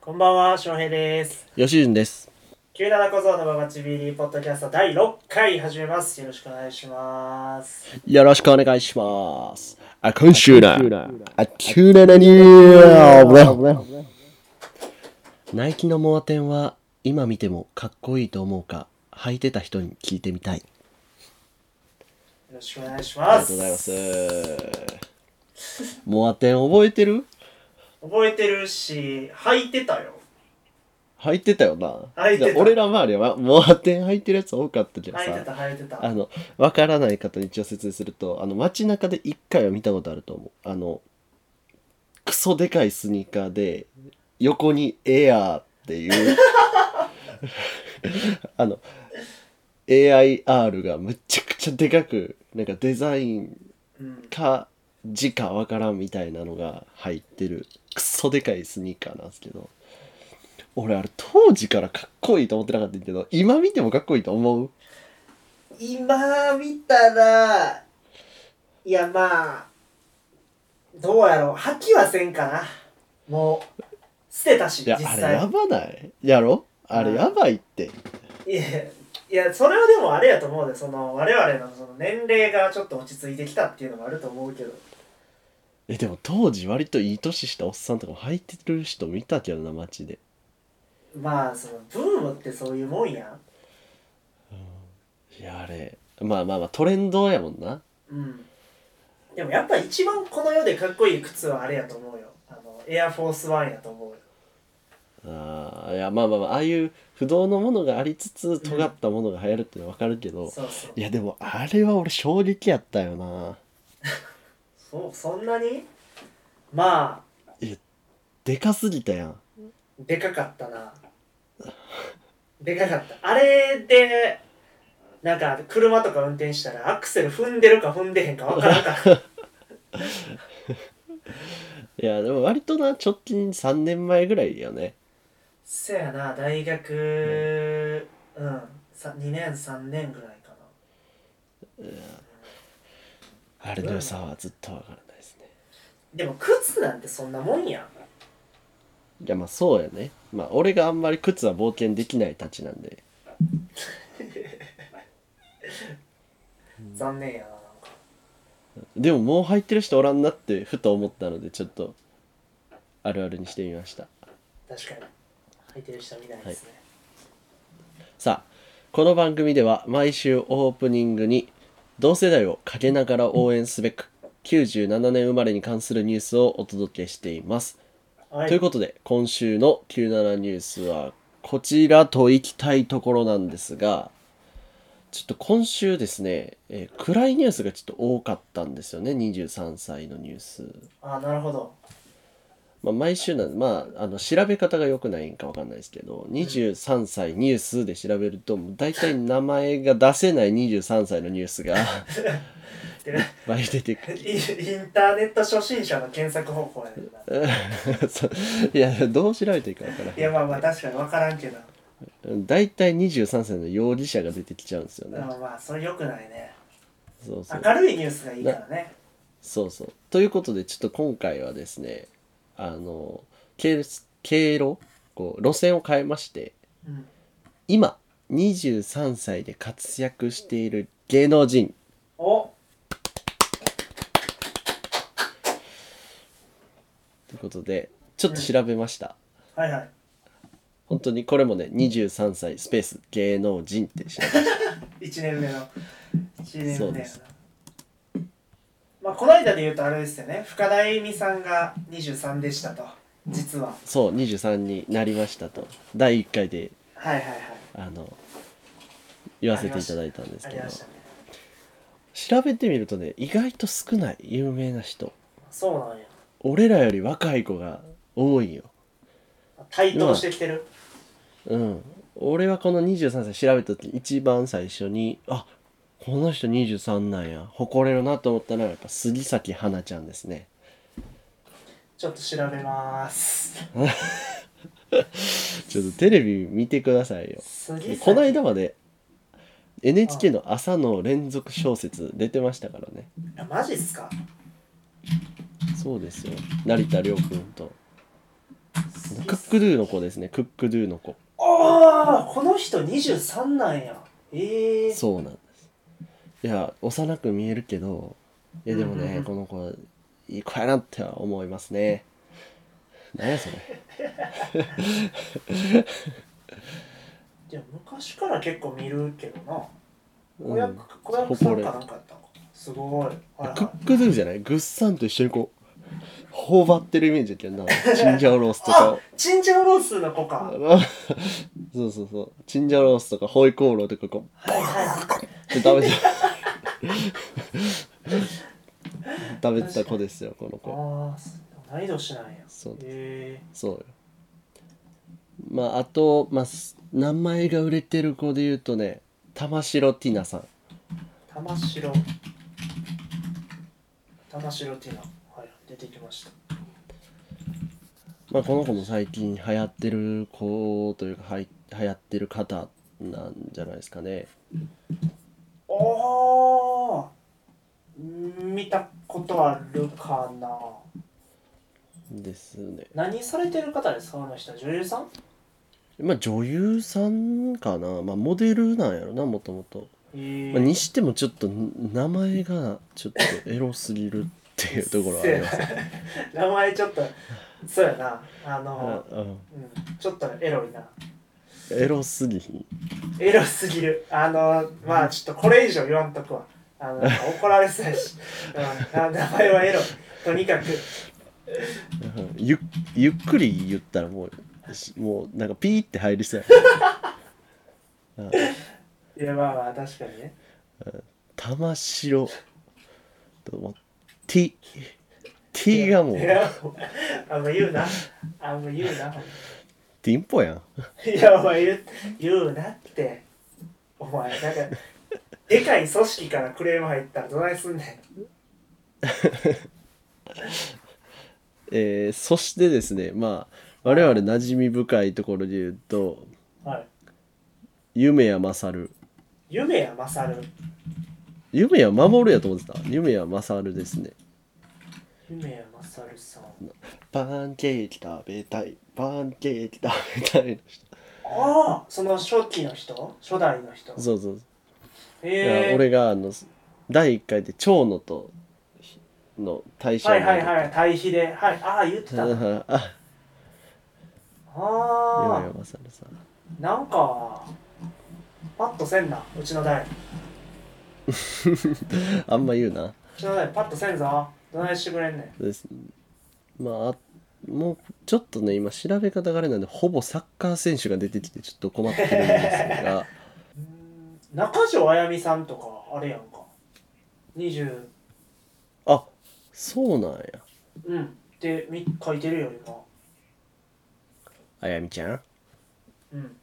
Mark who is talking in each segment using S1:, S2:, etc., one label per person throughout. S1: こんばんは、翔平です。
S2: 吉純です。
S1: 97小僧のババチビリポッドキャスト第6回始めます。よろしくお願いします。
S2: よろしくお願いします。あ、今週だ。あ、チューナナニューナイキのモアテンは今見てもかっこいいと思うか、履いてた人に聞いてみたい。
S1: よろしくお願いし
S2: あり
S1: ま
S2: がと
S1: す。
S2: うございます。モアテン覚えてる
S1: 覚えてるし、履いてたよ。
S2: 履いてたよな。
S1: 履いてた
S2: 俺ら周りはモアテン履いてるやつ多かったけど
S1: 履いて
S2: さ。
S1: た、履いてた。
S2: あの、わからない方に一応説明すると、あの、街中で一回は見たことあると思う。あの、クソでかいスニーカーで、横にエアーっていう、 あの、AIR がむちゃくちゃでかく、なんかデザイン
S1: うん、
S2: か字かわからんみたいなのが入ってるクソでかいスニーカーなんですけど俺あれ当時からかっこいいと思ってなかったんやけど今見てもかっこいいと思う
S1: 今見たら、いやまあ、どうやろう。履きはせんかな。もう、捨てたし、
S2: いや
S1: 実
S2: あれ
S1: 際
S2: や。ばないやろあれやばいって
S1: いやいやそれはでもあれやと思うでその我々のその年齢がちょっと落ち着いてきたっていうのもあると思うけど
S2: えでも当時割といい年したおっさんとかも履いてる人見たけどな街で
S1: まあそのブームってそういうもんや
S2: いやあれまあまあまあトレンドやもんな
S1: うん、でもやっぱ一番この世でかっこいい靴はあれやと思うよあのエアフォースワンやと思うよ
S2: あーいやまあまあまあああいう不動のものがありつつ尖ったものが流行るってのはわかるけど、
S1: そうそう
S2: いやでもあれは俺衝撃やったよな
S1: そうそんなにまあ
S2: でかすぎたやん
S1: でかかったなでかかったあれでなんか車とか運転したらアクセル踏んでるか踏んでへんかわからんかった
S2: いやでも割とな直近3年前ぐらいよね
S1: そやな大学うん、さ2年3年ぐらいかな
S2: あれの良さはずっとわからないですね
S1: でも靴なんてそんなもんやん
S2: いやまあそうやねまあ俺があんまり靴は冒険できないたちなんで
S1: 残念やななんか
S2: でももう入ってる人おらんなってふと思ったのでちょっとあるあるにしてみました
S1: 確かに履いてる人は見ないですね、
S2: さあこの番組では毎週オープニングに同世代をかけながら応援すべく97年生まれに関するニュースをお届けしています
S1: はい、
S2: ということで今週の97ニュースはこちらといきたいところなんですがちょっと今週ですね、えー暗いニュースがちょっと多かったんですよね23歳のニュース、
S1: あなるほど
S2: まあ、毎週なんでまああの調べ方が良くないんかわかんないですけど23歳ニュースで調べるともう大体名前が出せない23歳のニュースがいっ
S1: でイ
S2: ぱい出てくる
S1: ン インターネット初心者の検索方法やねんな
S2: そういやどう調べていいかわからない
S1: いやまあまあ確かに分からんけど、
S2: 大体23歳の容疑者が出てきちゃうんですよ
S1: で
S2: ね
S1: もまあそれ良くないね
S2: そうそう
S1: 明るいニュースがいいからね
S2: そうそう。ということで、ちょっと今回はですね、あの、経経路こう、路線を変えまして、
S1: うん
S2: 今、23歳で活躍している芸能人。
S1: お
S2: ということで、ちょっと調べました。
S1: はいはい
S2: 本当にこれもね、23歳スペース芸能人って調べまし
S1: 1年目の1年目
S2: そ
S1: や
S2: う
S1: な
S2: です
S1: まあこの間で言うとあれですよね深田恵美さんが23でしたと実は
S2: た。そう、23になりましたと。第1回で、
S1: はいはいはい
S2: あの、言わせていただいたんです
S1: あ
S2: け
S1: り
S2: ど
S1: ま、したね
S2: 調べてみるとね、意外と少ない有名な人。
S1: そうなんや
S2: 俺らより若い子が多いよ。
S1: 台頭してきてる
S2: うん、俺はこの23歳調べた時一番最初にあこの人23なんや誇れるなと思ったのはやっぱ杉咲花ちゃんですね
S1: ちょっと調べます
S2: ちょっとテレビ見てくださいよ
S1: 杉
S2: この
S1: 咲
S2: 間まで NHK の朝の連続小説出てましたからね
S1: あマジっすか
S2: そうですよ成田凌君とクックドゥの子ですね。クックドゥの子。
S1: ああこの人23なんやええー、
S2: そうなんです。いや、幼く見えるけど、いや、でも
S1: うんうんう
S2: ね
S1: ん、
S2: この子、いい子やなっては思いますね。何やそれ。
S1: じゃあ昔から結構見るけどな
S2: う
S1: 子
S2: ん
S1: 役、子役さんかなんかやったのかすごいあら
S2: クックドゥじゃないグッサンと一緒にこう、頬張ってるイメージだけどな。チンジャオロースとか
S1: あ
S2: を。
S1: チンジャオロースの子
S2: あ
S1: か
S2: の そうそうそう。チンジャオロースとか、ホイコーローとか、こ、
S1: はいはいう
S2: 食べて食べてた子ですよ、この子。
S1: ああ同い年なんや
S2: そうです
S1: え
S2: そうよ。まあ、あと、まあ、す名前が売れてる子で言うとね、玉城ティナさん。
S1: ー、玉城玉城ティナはい出てきました
S2: まあ、この子も最近流行ってる子というか、はい、流行ってる方なんじゃないですかね。
S1: おお見たことあるかな
S2: ですね。
S1: 何されてる方ですかあの人女優さん
S2: まあ、女優さんかな。まあ、モデルなんやろな、もともと。
S1: えー
S2: まあ、にしてもちょっと名前がちょっとエロすぎるっていうところはありますね。
S1: せやな名前ちょっとそうやなあの、
S2: うん
S1: うん、ちょっとエロいな
S2: エロすぎひん
S1: エロすぎるあのまあちょっとこれ以上言わんとくわあの怒られそうやし、うん、あ名前はエロいとにかく
S2: うんゆゆっくり言ったらもうしもうなんかピーって入りそうやうん
S1: いやまあまあ確かにね
S2: 玉城ともう T T がもう
S1: いやあんま言うなあんま言うな
S2: ティンポやん
S1: いやお前言う言うなってお前なんかでかい組織からクレーム入ったらどないすんね
S2: えーそしてですねまあ我々馴染み深いところで言うと
S1: んはい
S2: 夢や勝
S1: 夢やまさる
S2: 夢や守るやと思ってた夢や勝ですね
S1: 夢やまさるさん
S2: パンケーキ食べたいパンケーキ食べたいの人
S1: ああその初期の人初代の人
S2: そうそうい
S1: え
S2: や
S1: え
S2: 俺があの第1回で蝶野とひの対象
S1: はいはいはい対比ではいああ言ってたな
S2: あ
S1: あ
S2: 山
S1: あ
S2: 山さ んさ
S1: なんかパッとせんなうちの代う
S2: あんま言うな
S1: ちの代パッとせんぞどないしてくれんねん
S2: ですまああもうちょっとね今調べ方があれなんでほぼサッカー選手が出てきてちょっと困ってるんで すが
S1: うーん中条あやみさんとかあれやんか20
S2: あそうなんや
S1: うんってみ書いてるよ今
S2: あやみちゃん
S1: うん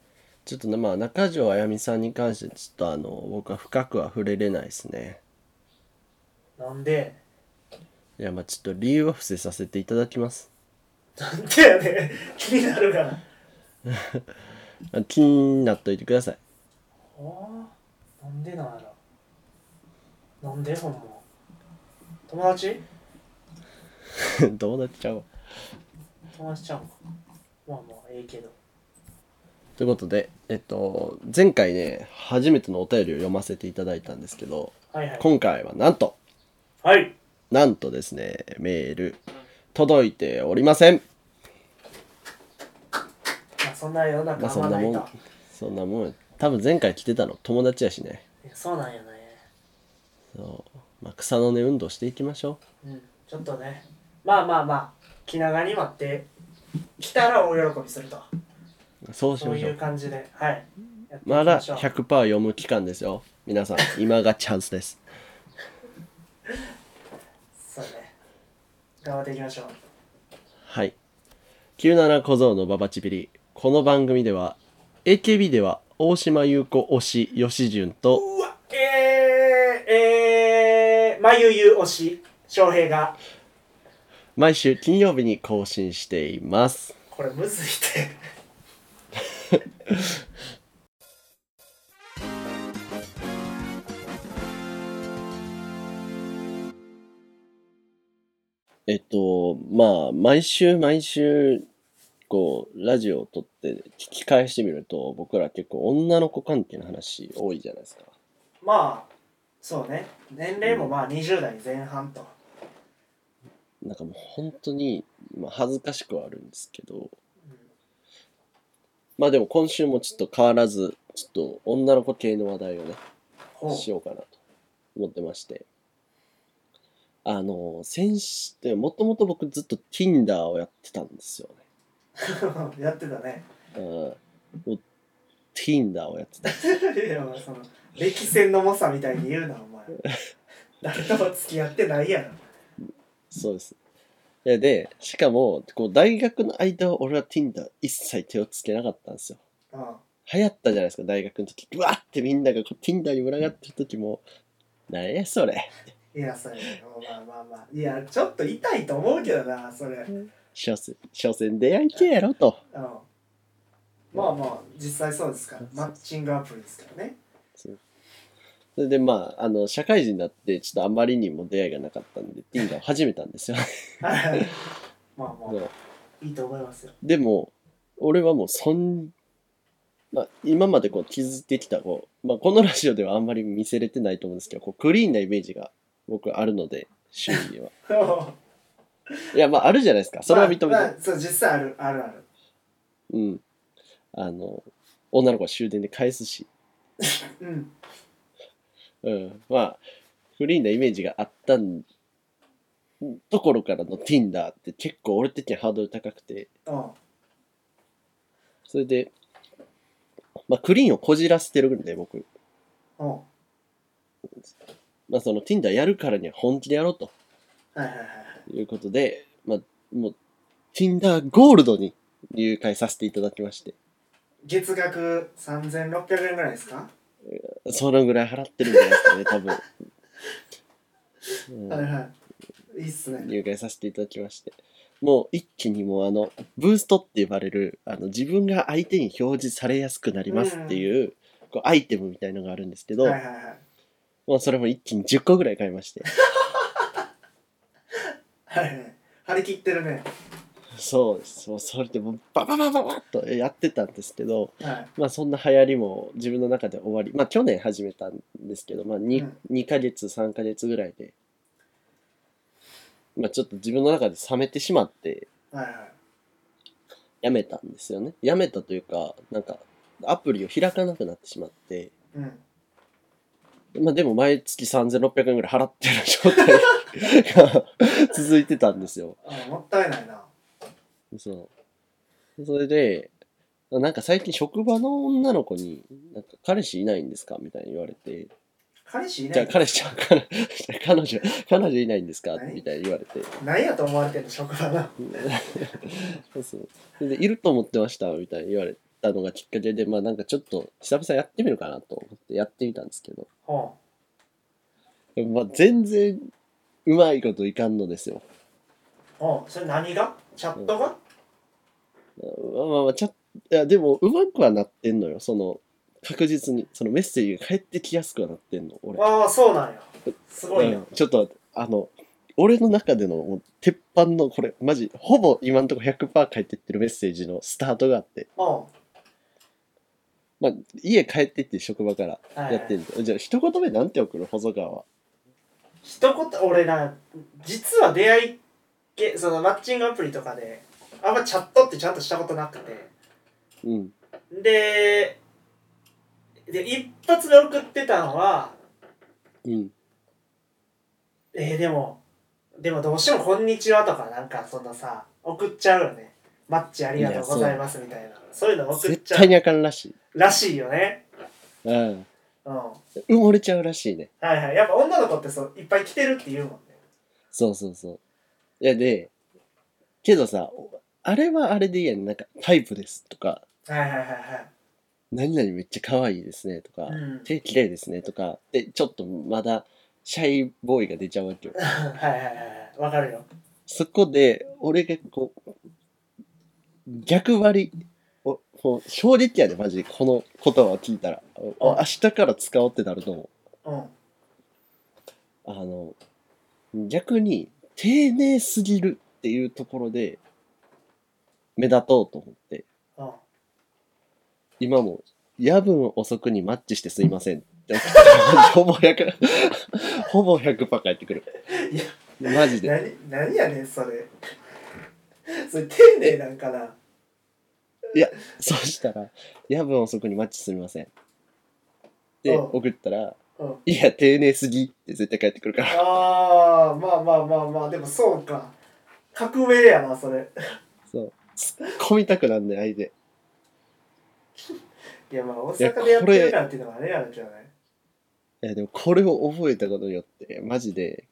S2: ちょっとねまあ中条あやみさんに関してちょっとあの僕は深くは触れれないですね
S1: なんで
S2: いやまあちょっと理由は伏せさせていただきます
S1: なんでやねん 気になるからあ
S2: あ気になっといてください
S1: あなんでなんやろなんでほんま友達
S2: どうなっちゃうわ
S1: 友達ちゃうんかまあまあええけど
S2: ということで、えっと、前回ね、初めてのお便りを読ませていただいたんですけど、
S1: はいはい
S2: 今回はなんと、
S1: はい
S2: なんとですね、メール、届いておりません。
S1: まあそんな世の中
S2: ま
S1: あ
S2: あ
S1: ん
S2: そ
S1: ま
S2: んな
S1: ない
S2: も
S1: か、
S2: ん、そんなもん、多分前回来てたの友達やしね。
S1: いやそうなんよね
S2: そう。まあ、草の根運動していきましょ
S1: うんちょっとねまあまあまあ気長に待って来たら大喜びすると
S2: う。そうし
S1: そう
S2: まし
S1: い
S2: ょ
S1: う
S2: う。
S1: 感じではいやっていき
S2: まだ
S1: しょう
S2: 100%読む期間ですよ。皆さん、今がチャンスです。
S1: そうね頑張っていきましょう
S2: はい。97小僧のババチビリ。この番組では、AKB では大島優子推し、吉純と、
S1: うわえー、えー、まゆゆ推し翔平が
S2: 毎週金曜日に更新しています。
S1: これむずいって
S2: えっと、まあ、毎週毎週、構ラジオを撮って聞き返してみると僕ら結構女の子関係の話多いじゃないですか
S1: まあそうね年齢もまあ20代前半と、
S2: なんかもう本当に、まあ、恥ずかしくはあるんですけどまあでも今週もちょっと変わらずちょっと女の子系の話題をね
S1: ほう
S2: しようかなと思ってましてあの先週ってもともと僕ずっと Tinder をやってたんですよね
S1: やってたね
S2: うんもう Tinder をやってた
S1: いやまあその歴戦の猛者みたいに言うなお 前誰とも付き合ってないやん
S2: そうです。いやで、しかも、こう大学の間は俺は Tinder 一切手をつけなかったんですよ。
S1: あ
S2: 流行ったじゃないですか、大学の時。うわーってみんながこう Tinder に群がってる時も、なんやそれ。
S1: いやそれまあまあまあいやちょっと痛いと思うけどなそれうん
S2: 所詮、所詮出会い系やろと。
S1: まあまあ実際そうですからマッチングアプリですから ね
S2: それでまあ、あの、社会人になって、ちょっとあまりにも出会いがなかったんで、Tinder を始めたんですよ。
S1: はいまあま
S2: そう
S1: あいいと思いますよ
S2: でも、俺はもうそん、まあ、今までこう気づいてきたこう、まあ、このラジオではあんまり見せれてないと思うんですけど、こうクリーンなイメージが僕あるので、周囲には。いや、まああるじゃないですか。それは認めて。
S1: まあまあそう実際あるあるある
S2: うん。あの、女の子は終電で返すし、
S1: うん
S2: うん。まあ、クリーンなイメージがあったんところからの Tinder って結構俺的にハードル高くて、
S1: うん
S2: それで、まあクリーンをこじらせてるんで、僕。
S1: うんは
S2: まあ、その Tinder やるからには本気でやろうと
S1: いはいはいはい
S2: いうことで、まあ、もう Tinder ゴールドに入会させていただきまして、
S1: 月額3600円ぐらいですか、
S2: そのぐらい払ってるんじゃないですかね、多分。うん
S1: はいはいいいっすね
S2: 入会させていただきまして、もう一気にもうあの、ブーストって呼ばれる、あの、自分が相手に表示されやすくなりますっていう、こうアイテムみたいのがあるんですけど、
S1: はいはいはい
S2: もうそれも一気に10個ぐらい買いまして、
S1: はいはい張り切ってるね
S2: そうです、もうそれでもうバババババッとやってたんですけど、
S1: はい
S2: まあそんな流行りも自分の中で終わり、まあ去年始めたんですけど、まあ 2,、
S1: うん
S2: 2ヶ月、3ヶ月ぐらいで、まあちょっと自分の中で冷めてしまって、
S1: はいはい
S2: やめたんですよね。やめたというか、なんかアプリを開かなくなってしまって、
S1: うん
S2: まあでも毎月3600円ぐらい払ってる状態が 続いてたんですよ。
S1: あもったいないな
S2: そう。それで、なんか最近職場の女の子に、なんか彼氏いないんですかみたいに言われて、
S1: 彼氏いな
S2: じゃ
S1: い
S2: あ彼氏ちゃん、彼 彼女、彼女いないんですか
S1: はい
S2: みたいに言われて。
S1: 何やと思われてんの職場な
S2: そうそう。それで、いると思ってましたみたいに言われたのがきっかけで、まあなんかちょっと久々やってみるかなと思ってやってみたんですけど、
S1: ほ
S2: まあ全然うまいこといかんのですよ。
S1: うほうそれ何がチャットが、
S2: まあまあまあ、ちゃいやでもうまくはなってんのよ。その、確実に、そのメッセージが返ってきやすくはなってんの、俺。
S1: ああそうなんやすごいな、
S2: うんちょっとあの俺の中でのもう鉄板のこれマジほぼ今のところ100%返ってってるメッセージのスタートがあって、
S1: ほ
S2: まあ、家帰ってって職場から
S1: うはい
S2: やってんで、じゃあ一言目なんて送る細川は
S1: 一言俺な実は出会い系そのマッチングアプリとかであんまチャットってちゃんとしたことなくて
S2: うん
S1: でで一発で送ってたのは
S2: うん
S1: えー、でもでもどうしても「こんにちは」とかなんかそんなさ送っちゃうよねマッチありがとうございますみたいなそういうの送っ
S2: 絶
S1: ちゃ
S2: 対
S1: う
S2: にあかんらしい、
S1: らしいよね
S2: うん、
S1: うんは
S2: 埋もれちゃうらしいね
S1: いはいやっぱ女の子ってそういっぱい来てるって言うもんね
S2: そうそうそういやでけどさあれはあれでいいやんなんかタイプですとか
S1: はいはいはいはい
S2: 何々めっちゃ可愛いですねとか、
S1: うん
S2: 手綺麗ですねとかでちょっとまだシャイボーイが出ちゃうわけよ
S1: はいはいはいはいわかるよ
S2: そこで俺がこう逆張りおもう衝撃やでマジでこの言葉を聞いたらおお明日から使おうってなると思
S1: うん
S2: うあの逆に丁寧すぎるっていうところで目立とうと思って、
S1: うん
S2: 今も夜分遅くにマッチしてすいません って送ってほぼ100、ほぼ100パー返ってくる。
S1: いや
S2: マジで。
S1: 何何やねんそれそれ丁寧なんかな
S2: そしたら、夜分遅くにマッチすみません。
S1: う
S2: で、
S1: ん
S2: 送ったら、
S1: うん
S2: いや、丁寧すぎって絶対返ってくるから。
S1: あーまあまあまあまあでもそうか革命やなそれ
S2: そう。突っ込みたくなんね相手。
S1: いやまあ大
S2: いや
S1: 阪でやっ
S2: こ
S1: て
S2: れ
S1: るからっていうのがあれなんじゃない
S2: いや、でもこれを覚えたことによって、マジで、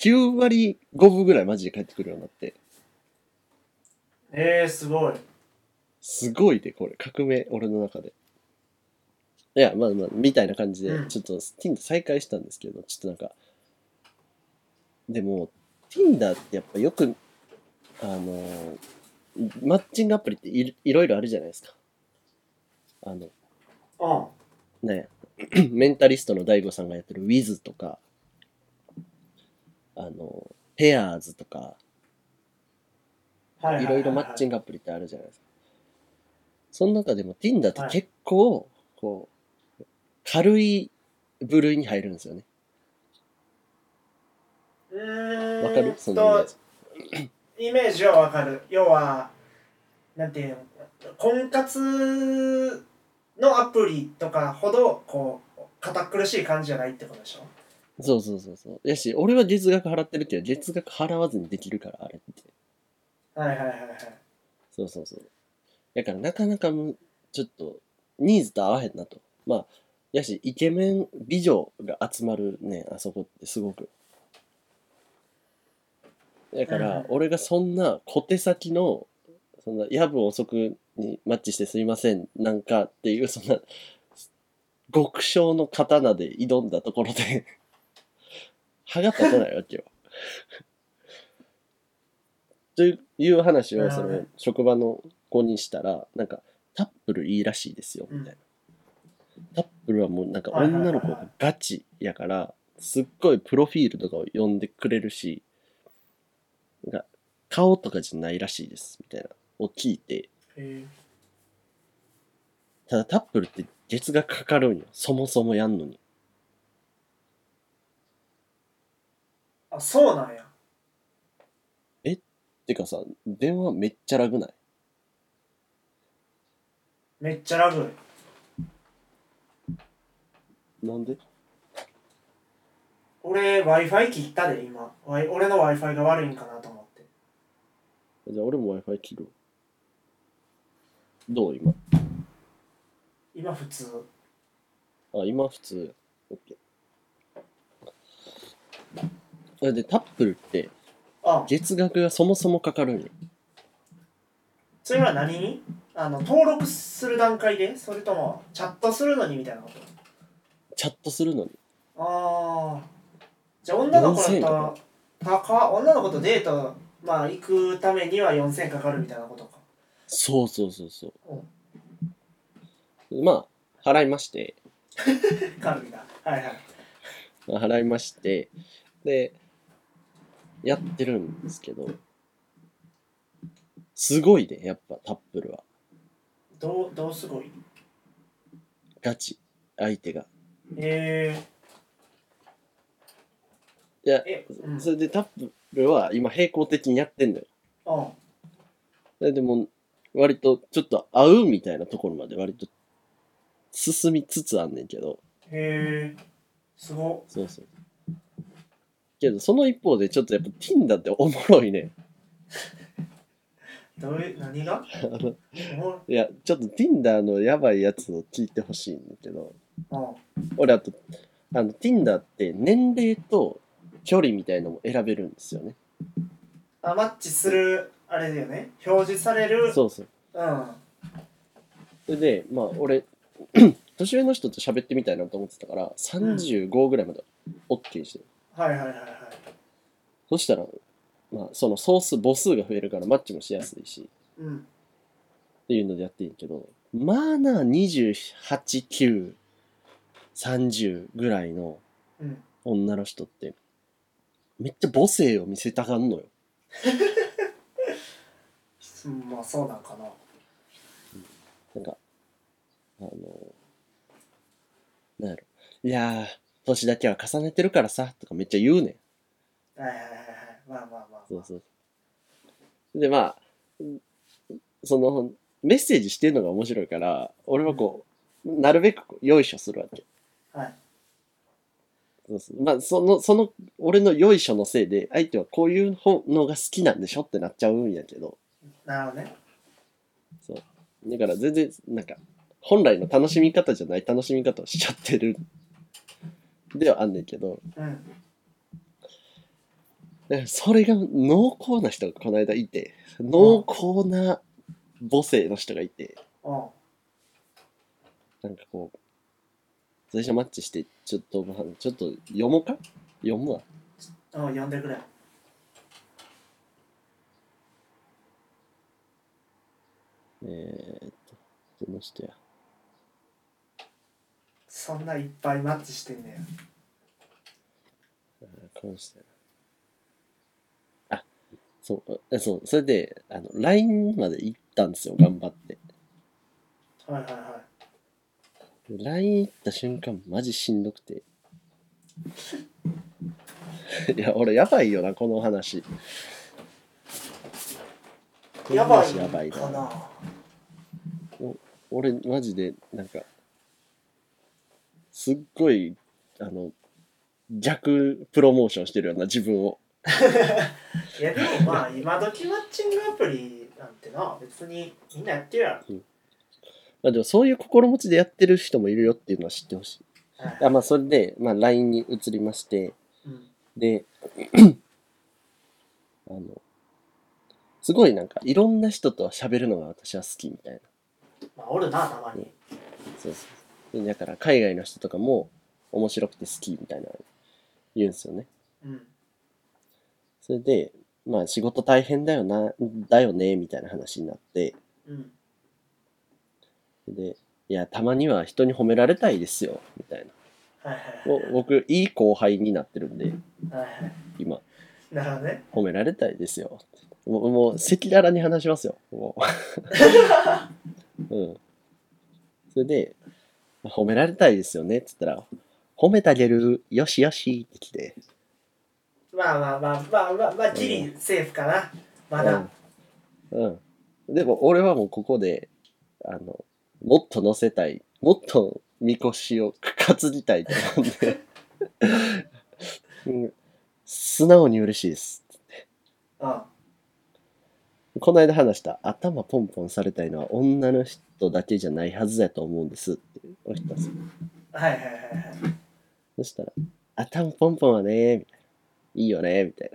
S2: 9割5分ぐらいマジで返ってくるようになって、
S1: えー、すごい
S2: すごいで、これ、革命、俺の中で。いや、まあまあ、みたいな感じで
S1: う、ん
S2: ちょっと Tinder 再開したんですけど、ちょっとなんか、でも、Tinder ってやっぱよく、あのーマッチングアプリっていいろいろあるじゃないですか。あの、
S1: うん
S2: ね、 メンタリストの DAIGO さんがやってる Wiz とか、あの、ペアーズとか、
S1: はい
S2: ろいろマッチン
S1: ン
S2: グアプリってあるじゃないですか。その中でも Tinder って結構、こう、軽い部類に入るんですよね。
S1: グうーん
S2: わかるそのイメー
S1: と
S2: ジ。
S1: イメージはわかる要はなんていうの婚活のアプリとかほどこう堅苦しい感じじゃないってことでしょ
S2: そうそうそうそう。やし、俺は月額払ってるけど、月額払わずにできるから、あれって。
S1: はいはいはいはい
S2: そうそうそう。だからなかなかむ、ちょっと、ニーズと合わへんなと。まあ、やし、イケメン、美女が集まるね、あそこってすごく。だか
S1: う
S2: ら
S1: ん、
S2: 俺がそんな小手先の、そんな夜分遅くにマッチしてすいません、なんかっていう、そんな、極小の刀で挑んだところで、 歯が立たないわけよ。 という話を
S1: な
S2: そ
S1: るほ
S2: の
S1: ど
S2: 職場の子にしたらなんかタップルいいらしいですよみたいな、タップルはもうなんか
S1: はいはいはいは
S2: 女
S1: い
S2: の子がガチやからすっごいプロフィールとかを読んでくれるしなんか顔とかじゃないらしいですみたいなを聞いて
S1: へ
S2: ただタップルって月額かかるんよそもそもやんのに
S1: ーあそうなんや
S2: てかさ電話めっちゃ楽ない
S1: めっちゃラグ
S2: なんで
S1: 俺 w i f i 切ったで今ワイ俺の w i f i が悪いんかなと思って
S2: じゃあ俺も w i f i 切るわどう今
S1: 今普通
S2: あ、今普通。OK。で、タップルって
S1: あ
S2: 月額がそもそもかかるんよ。
S1: それは何にあの登録する段階でそれともチャットするのにみたいなこと
S2: チャットするのに。
S1: ああじゃあ女の子
S2: 4000円
S1: と
S2: か
S1: 高女の子とデートまあ行くためには4000かかるみたいなことか
S2: そうそうそうそう。まあ、払いまして。
S1: 軽いなはいはい
S2: まあ払いまして。で、やってるんですけど。すごいね、やっぱタップルは。
S1: どうどうすごい
S2: ガチ。相手が。
S1: え
S2: いや
S1: ー、、えうん
S2: それでタップルは今並行的にやってんのよ。
S1: うん
S2: ででも、割と、ちょっと合うみたいなところまで割と進みつつあんねんけど、
S1: へえすご
S2: そうそう。けど、その一方で、ちょっとやっぱ Tinder っておもろいね。
S1: どういう何が
S2: あの
S1: おもろ
S2: いや、ちょっと Tinder のやばいやつを聞いてほしいんだけど、
S1: うん
S2: 俺あと、あの、Tinder って年齢と距離みたいのも選べるんですよね。
S1: あマッチするあれだよね表示される
S2: そうそう。
S1: うんは
S2: それで、まあ、俺、 年上の人と喋ってみたいなと思ってたから、35ぐらいまで OK にしてる。
S1: いはいはいはい
S2: そしたら、まあ、その総数、母数が増えるからマッチもしやすいし、
S1: うん
S2: っていうのでやっていいけど、まあな、28、9、30ぐらいの
S1: うん
S2: 女の人って、めっちゃ母性を見せたがんのよ。
S1: うんまあそうなんかな
S2: なんか、あの、なんやろ。いやー、年だけは重ねてるからさ、とかめっちゃ言うねん。
S1: はいはいはいはいまあまあまあ
S2: そうそう。で、まあ、その、メッセージしてるのが面白いから、俺はこう、なるべくこうよいしょするわけ。
S1: はい
S2: そうそうまあ、その、その、俺のよいしょのせいで、相手はこういうのが好きなんでしょってなっちゃうんやけど、
S1: なるほどね
S2: だから全然、なんか、本来の楽しみ方じゃない楽しみ方をしちゃってる。ではあんねんけど、
S1: うん
S2: でそれが濃厚な人がこの間いて、濃厚な母性の人がいて、
S1: おう
S2: なんかこう、最初マッチして、ちょっと、まあちょっと読もうか読むわ。
S1: おう呼んでくれ
S2: えー、っと、どの人や。
S1: そんないっぱいマッチしてんね
S2: あこの人やな。あ、そう、えそう、それで、あの、LINE まで行ったんですよ、頑張って。
S1: やはいはいは
S2: で LINE 行った瞬間、マジしんどくて。 いや、俺、やばいよな、この話。こ
S1: い
S2: の
S1: やば
S2: 話
S1: い
S2: やばい
S1: か
S2: な。
S1: な
S2: 俺、マジで、なんか、すっごい、あの、逆プロモーションしてるような、自分を。
S1: いやでもまあ今時マッチングアプリなんてな別にみんなやってるやろ
S2: まあ、でも、そういう心持ちでやってる人もいるよっていうのは知ってほしい。
S1: はい
S2: あ、まあ、それで、まあ、LINE に移りまして、
S1: うん
S2: で、 あの、すごいなんか、いろんな人と喋るのが私は好きみたいな。
S1: まあおるなたまに
S2: そうそうで。だから、海外の人とかも面白くて好きみたいな言うんですよね。
S1: うん
S2: それで、まあ、仕事大変だよな、だよね、みたいな話になって、
S1: うん
S2: で、いや、たまには人に褒められたいですよ、みたいな。
S1: はいはい
S2: ぼ僕、いい後輩になってるんで、
S1: はいはい
S2: 今、
S1: なるほどね
S2: 褒められたいですよ。もう、もう、赤裸々に話しますよ。もう。 うん。それで、褒められたいですよねって言ったら、褒めてあげる、よしよしって来て。
S1: まあまあまあまあまあまあギリセーフかなまだ
S2: うん。うん。でも、俺はもうここで、あの、もっと乗せたい、もっとみこしを担ぎたいと思うんで、うん、素直に嬉しいです。
S1: うん
S2: この間話した頭ポンポンされたいのは女の人だけじゃないはずだと思うんですっておっしゃったんですよ。
S1: はいはいはいはい
S2: そしたら、頭ポンポンはね、みたいな。いいよね、みたい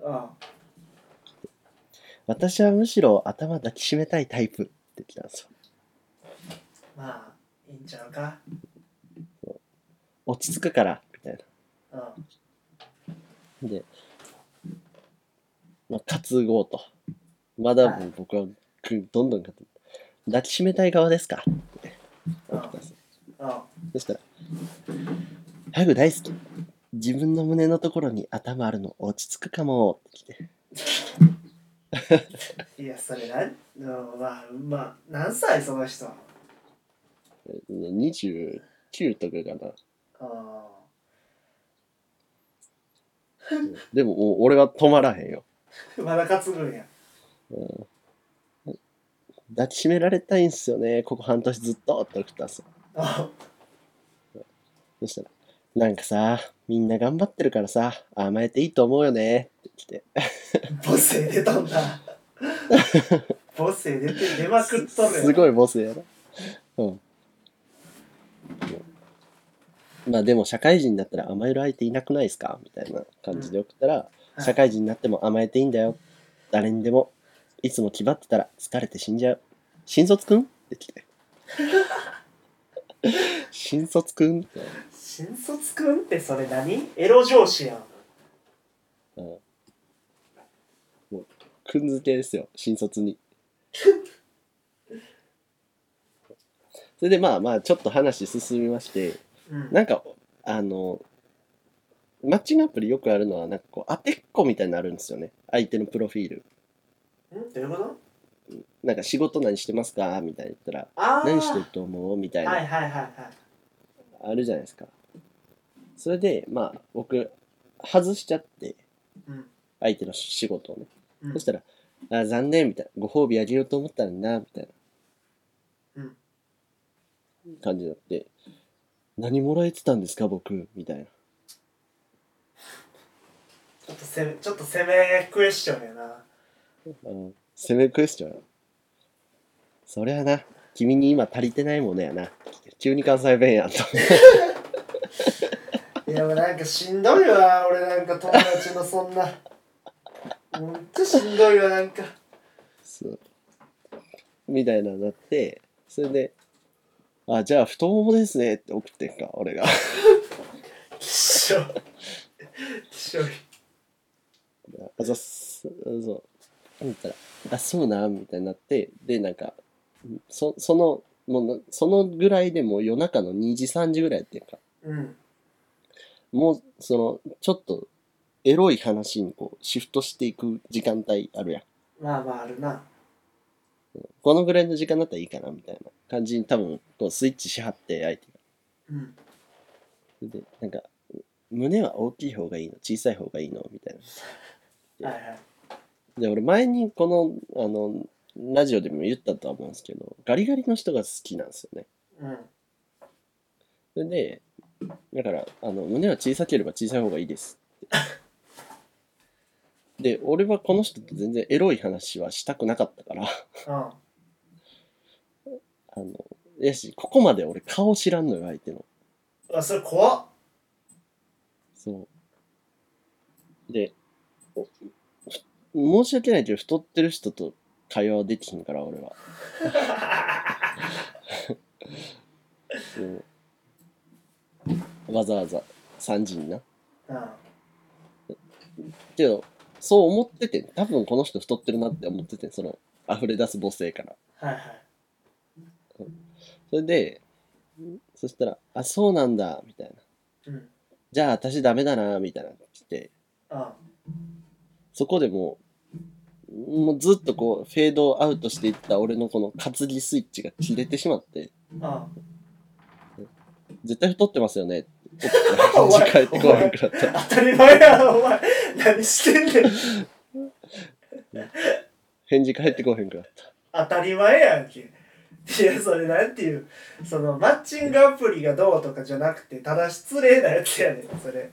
S2: な。
S1: うん
S2: 私はむしろ頭抱きしめたいタイプって来たんですよ。
S1: まあいいんちゃうか
S2: 落ち着くから、みたい
S1: うん
S2: な。で、まあ、担ごうと。まだもう僕はぐどんどん担ぐ抱きしめたい側ですかっておっしゃったんですよ。
S1: うん
S2: そしたら、ハグ大好き。自分の胸のところに頭あるの落ち着くかもって来て。
S1: いやそれなんうんまあまあ何歳その人は
S2: 29とかかな。
S1: うん
S2: でももう俺は止まらへんよ。
S1: まだ担ぐんや。
S2: 抱きしめられたいんすよね。ここ半年ずっとって送ったんすよ。
S1: あ
S2: そしたら、なんかさ、みんな頑張ってるからさ、甘えていいと思うよねって来て。
S1: 母性出たんだ。母性出て出まくっとるやん。
S2: すごいボスやな。うん。まあでも社会人になったら甘える相手いなくないですかみたいな感じで送ったら、
S1: はい
S2: 社会人になっても甘えていいんだよ。誰にでも。いつも気張ってたら疲れて死んじゃう。新卒くんって来て。新卒くんって。
S1: 新卒くんってそれ何エロ上司やん。
S2: うん。もう、くんづけですよ、新卒に。それでまあまあ、ちょっと話進みまして、
S1: うん。
S2: なんか、あの、マッチングアプリよくあるのは、なんかこう、当てっこみたいになるんですよね。相手のプロフィール。
S1: んどういうこと
S2: なんか仕事何してますかみたいな言ったら、
S1: あー
S2: 何してると思うみたいな、
S1: はいはいはいはい
S2: あるじゃないですか。それで、まあ、僕、外しちゃって、
S1: うん
S2: 相手の仕事をね。
S1: うん
S2: そしたら、あ残念みたいな、ご褒美あげようと思ったのにな、みたいな
S1: うん
S2: 感じになって、何もらえてたんですか、僕、みたいな。
S1: ちょっとせめちょっと攻めクエスチョンやな
S2: うん、攻めクエスチョンやそりゃな、君に今足りてないものやな。急に関西弁やんと。
S1: いやもうなんかしんどいわ俺なんか友達のそんなほんとしんどいわなんか
S2: そうみたいなのになって、それで、あ、じゃあ太ももですねって送ってんか、俺が。
S1: きっしょきっしょい
S2: あざっすそう言ったら「あそうな」みたいになってでなんかそそのもうなそのぐらいでもう夜中の2時3時ぐらいやっていうか
S1: うん
S2: もうそのちょっとエロい話にこうシフトしていく時間帯あるやん
S1: まあまああるな
S2: このぐらいの時間だったらいいかなみたいな感じに多分こうスイッチしはって相手が
S1: うん
S2: それでなんか胸は大きい方がいいの小さい方がいいのみたいな
S1: はいはい
S2: で俺前にこのあのラジオでも言ったとは思うんですけどガリガリの人が好きなんですよね
S1: うん
S2: それでだからあの胸は小さければ小さい方がいいですってで俺はこの人と全然エロい話はしたくなかったから
S1: うん
S2: あのやしここまで俺顔知らんのよ相手の
S1: うわそれ怖っ
S2: そうでお申し訳ないけど太ってる人と会話はできひんから俺はそうわざわざ3時にな
S1: うん
S2: けどそう思ってて多分この人太ってるなって思っててその溢れ出す母性から
S1: はいはい。
S2: それでそしたら「あそうなんだ」みたいな
S1: うん。
S2: 「じゃあ私ダメだな」みたいな来て
S1: あ
S2: そこでもうもうずっとこうフェードアウトしていった俺のこの担ぎスイッチが切れてしまって
S1: あ。
S2: 「絶対太ってますよね」って言っ
S1: お前
S2: て帰ってこなくなった
S1: 当たり前やろ、お前。何してんねん。
S2: 返事返ってこへんくなった
S1: 当たり前やんけ。いや、それなんていう、その、マッチングアプリがどうとかじゃなくて、ただ失礼なやつやねん、それ。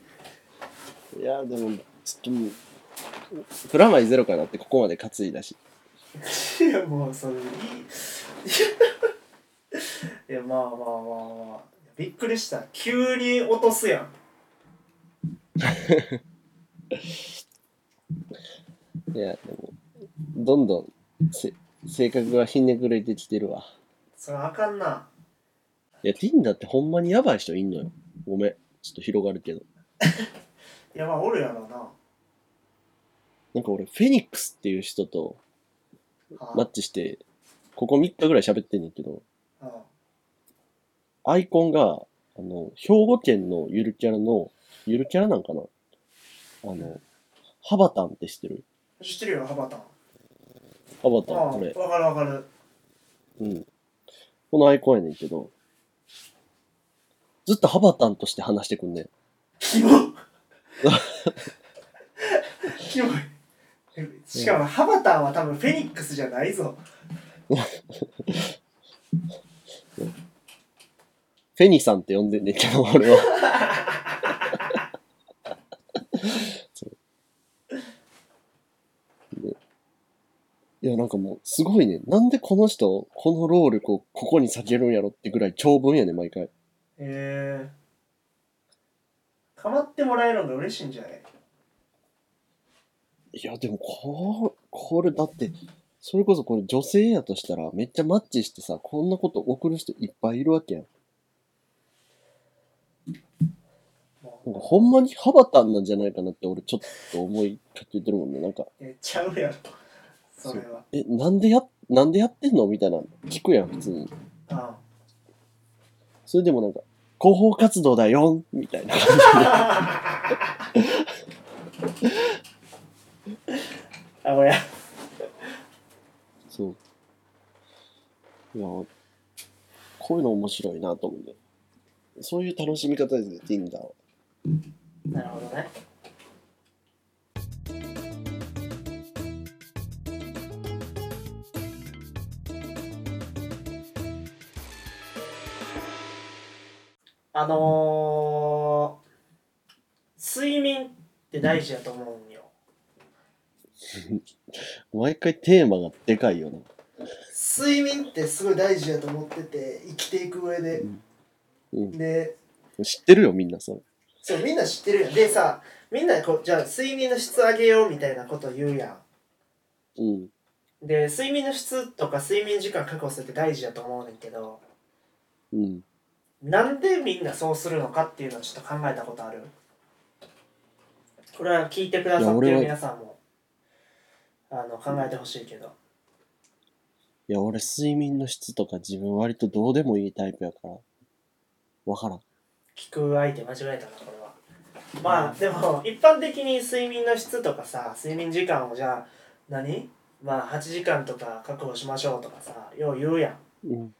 S2: いやでもちょっともうプラマイゼロかなってここまで担いだし
S1: いや、もう、それ、いい。いや、いやまあまあまあまあ。びっくりした。急に落とすやん。
S2: いや、でも、どんどんせ性格がひねくれてきてるわ。
S1: それあかんな。
S2: いや、Tinder ってほんまにやばい人いんのよ。ごめん。ちょっと広がるけど。
S1: いや、まあ、おるやろうな。
S2: なんか俺、フェニックスっていう人と
S1: あ
S2: マッチして、ここ3日ぐらい喋ってんねんけど、
S1: あ
S2: アイコンが、あの、兵庫県のゆるキャラの、ゆるキャラなんかなあの、ハバタンって知ってる
S1: 知ってるよ、ハバタン。
S2: ハバタ
S1: ああ、
S2: ン、こ
S1: わ
S2: れ。
S1: かるわかる。
S2: うん。このアイコンやねんけど、ずっとハバタンとして話してくんねん。
S1: キ モキモいしかもハバタンは多分フェニックスじゃないぞ
S2: フェニさんって呼んでんねんけど、俺は。そうでいや、なんかもう、すごいね。なんでこの人、この労力をここに避けるんやろってぐらい長文やね、毎回。
S1: へえかまってもらえるのが嬉しいんじゃない
S2: いや、でも、こう、これ、だって、それこそこれ女性やとしたら、めっちゃマッチしてさ、こんなこと送る人いっぱいいるわけやん。
S1: も
S2: なんかほんまにハバタンなんじゃないかなって俺ちょっと思いかけてるもんね。なんか、
S1: うえちゃうやろそれは
S2: え、なんでや、なんでやってんのみたいな、聞くやん、普通に。
S1: あ
S2: それでもなんか、広報活動だよんみたいな。
S1: ああこれ
S2: そう。いや、こういうの面白いなと思うんで。そういう楽しみ方ですね、Tinder は。
S1: なるほどね。あのー、睡眠って大事だと思うんよ。
S2: 毎回テーマがでかいよな。
S1: 睡眠ってすごい大事だと思ってて、生きていく上で。
S2: うん。
S1: で、
S2: 知ってるよ、みんなそれ。
S1: そう、みんな知ってるやん。でさ、みんなこう、じゃあ睡眠の質上げようみたいなこと言うやん。
S2: うん。
S1: で睡眠の質とか睡眠時間確保するって大事だと思うねんけど
S2: うん。
S1: なんでみんなそうするのかっていうのをちょっと考えたことあるこれは聞いてくださっ
S2: い
S1: て
S2: や
S1: る
S2: 俺は
S1: 皆さんもあの考えてほしいけど、
S2: いや、俺、睡眠の質とか自分割とどうでもいいタイプやから。わからん。
S1: 聞く相手間違えたなこれはまあでも一般的に睡眠の質とかさ睡眠時間をじゃあ何まあ8時間とか確保しましょうとかさよう言うやん
S2: うん。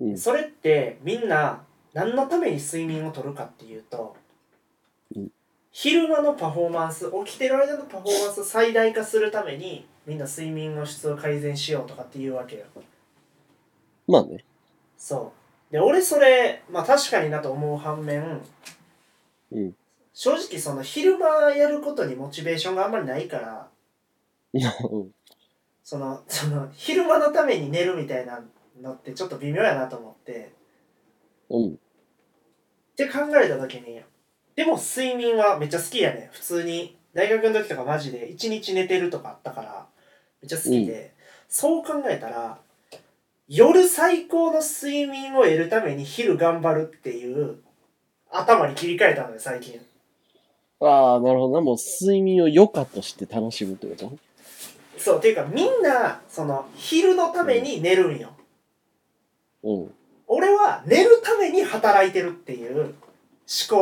S2: うん。
S1: それってみんな何のために睡眠をとるかっていうと、
S2: うん
S1: 昼間のパフォーマンス起きてる間のパフォーマンスを最大化するためにみんな睡眠の質を改善しようとかっていうわけよ
S2: まあね。
S1: そうで俺それまあ確かになと思う反面
S2: うん。
S1: 正直その昼間やることにモチベーションがあんまりないから
S2: うん
S1: そのその昼間のために寝るみたいなのってちょっと微妙やなと思って
S2: うん。
S1: って考えた時にでも睡眠はめっちゃ好きやね普通に大学の時とかマジで1日寝てるとかあったからめっちゃ好きで、そう考えたら夜最高の睡眠を得るために昼頑張るっていう頭に切り替えたのよ最近
S2: ああ、なるほどな。もう睡眠を余暇として楽しむってこと
S1: そうっていうかみんなその昼のために寝るんよ、
S2: うん。
S1: 俺は寝るために働いてるっていう思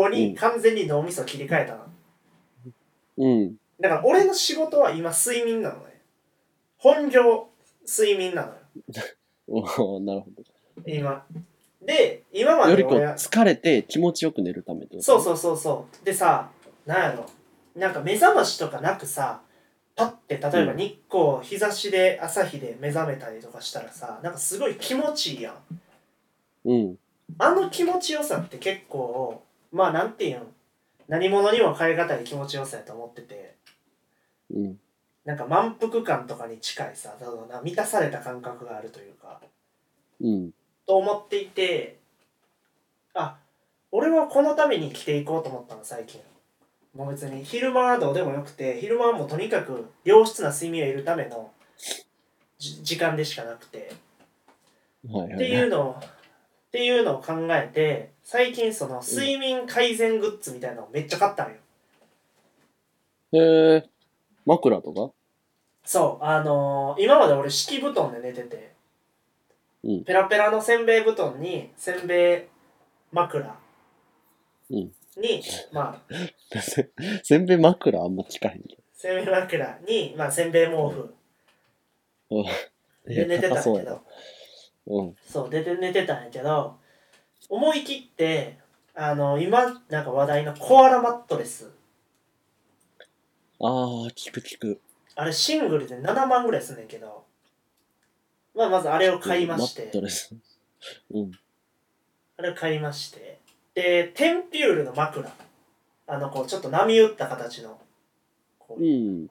S1: 考に完全に脳みそ切り替えたの、
S2: うん。
S1: だから俺の仕事は今睡眠なのね。本業、睡眠なのよ。
S2: おおなるほ
S1: 今。で、今ま
S2: ど。よ
S1: で
S2: りこう、
S1: 俺は。
S2: 疲れて気持ちよく寝るためってこと
S1: そうそうそうそう。でさ、なんやろ。なんか目覚ましとかなくさ、パッて例えば
S2: うん
S1: 日光、日差しで朝日で目覚めたりとかしたらさ、なんかすごい気持ちいいやん。
S2: う。うん。
S1: あの気持ちよさって結構、まあなんていうん、何者にも変え難い気持ちよさやと思ってて、
S2: うん。
S1: なんか満腹感とかに近いさ、そのな満たされた感覚があるというか。
S2: うん。
S1: と思っていてあ俺はこのために着ていこうと思ったの最近もう別に昼間はどうでもよくて昼間はもうとにかく良質な睡眠を得るためのじ時間でしかなくて
S2: はいはい、はい。
S1: っていうのをっていうのを考えて最近その睡眠改善グッズみたいなのをめっちゃ買ったのよ
S2: へえ。枕とか
S1: そうあのー今まで俺敷布団で寝てて、
S2: うん
S1: ペラペラのせんべい布団にせんべい枕
S2: うん
S1: に、まあ
S2: せせんべい枕あんま聞かへんけ
S1: せんべい枕に、まあ、せんべい毛布
S2: ど。うん
S1: で寝てたんやけど、
S2: 高そうやな。うん。
S1: そうでで寝てたんやけど思い切ってあの今なんか話題のコアラマットレス
S2: ああ、聞く聞く。
S1: あれシングルで7万ぐらいすんねんけど、まあ、まずあれを買いまし
S2: マ
S1: て
S2: ットレス。うん。
S1: あれを買いましてでテンピュールの枕あのこうちょっと波打った形のこう
S2: うん。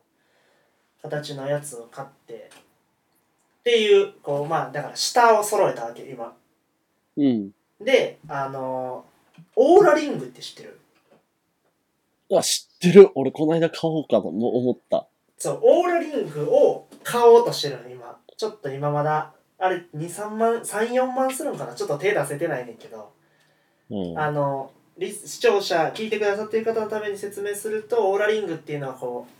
S1: 形のやつを買ってっていうこうまあだから下を揃えたわけ今
S2: うん。
S1: であのーオーラリングって知ってる
S2: あ、知ってる。俺、この間買おうかとも思った。
S1: そうオーラリングを買おうとしてるの今ちょっと今まだあれ23万34万するんかなちょっと手出せてないねんけど、
S2: うん。
S1: あのリス視聴者聞いてくださってる方のために説明するとオーラリングっていうのはこう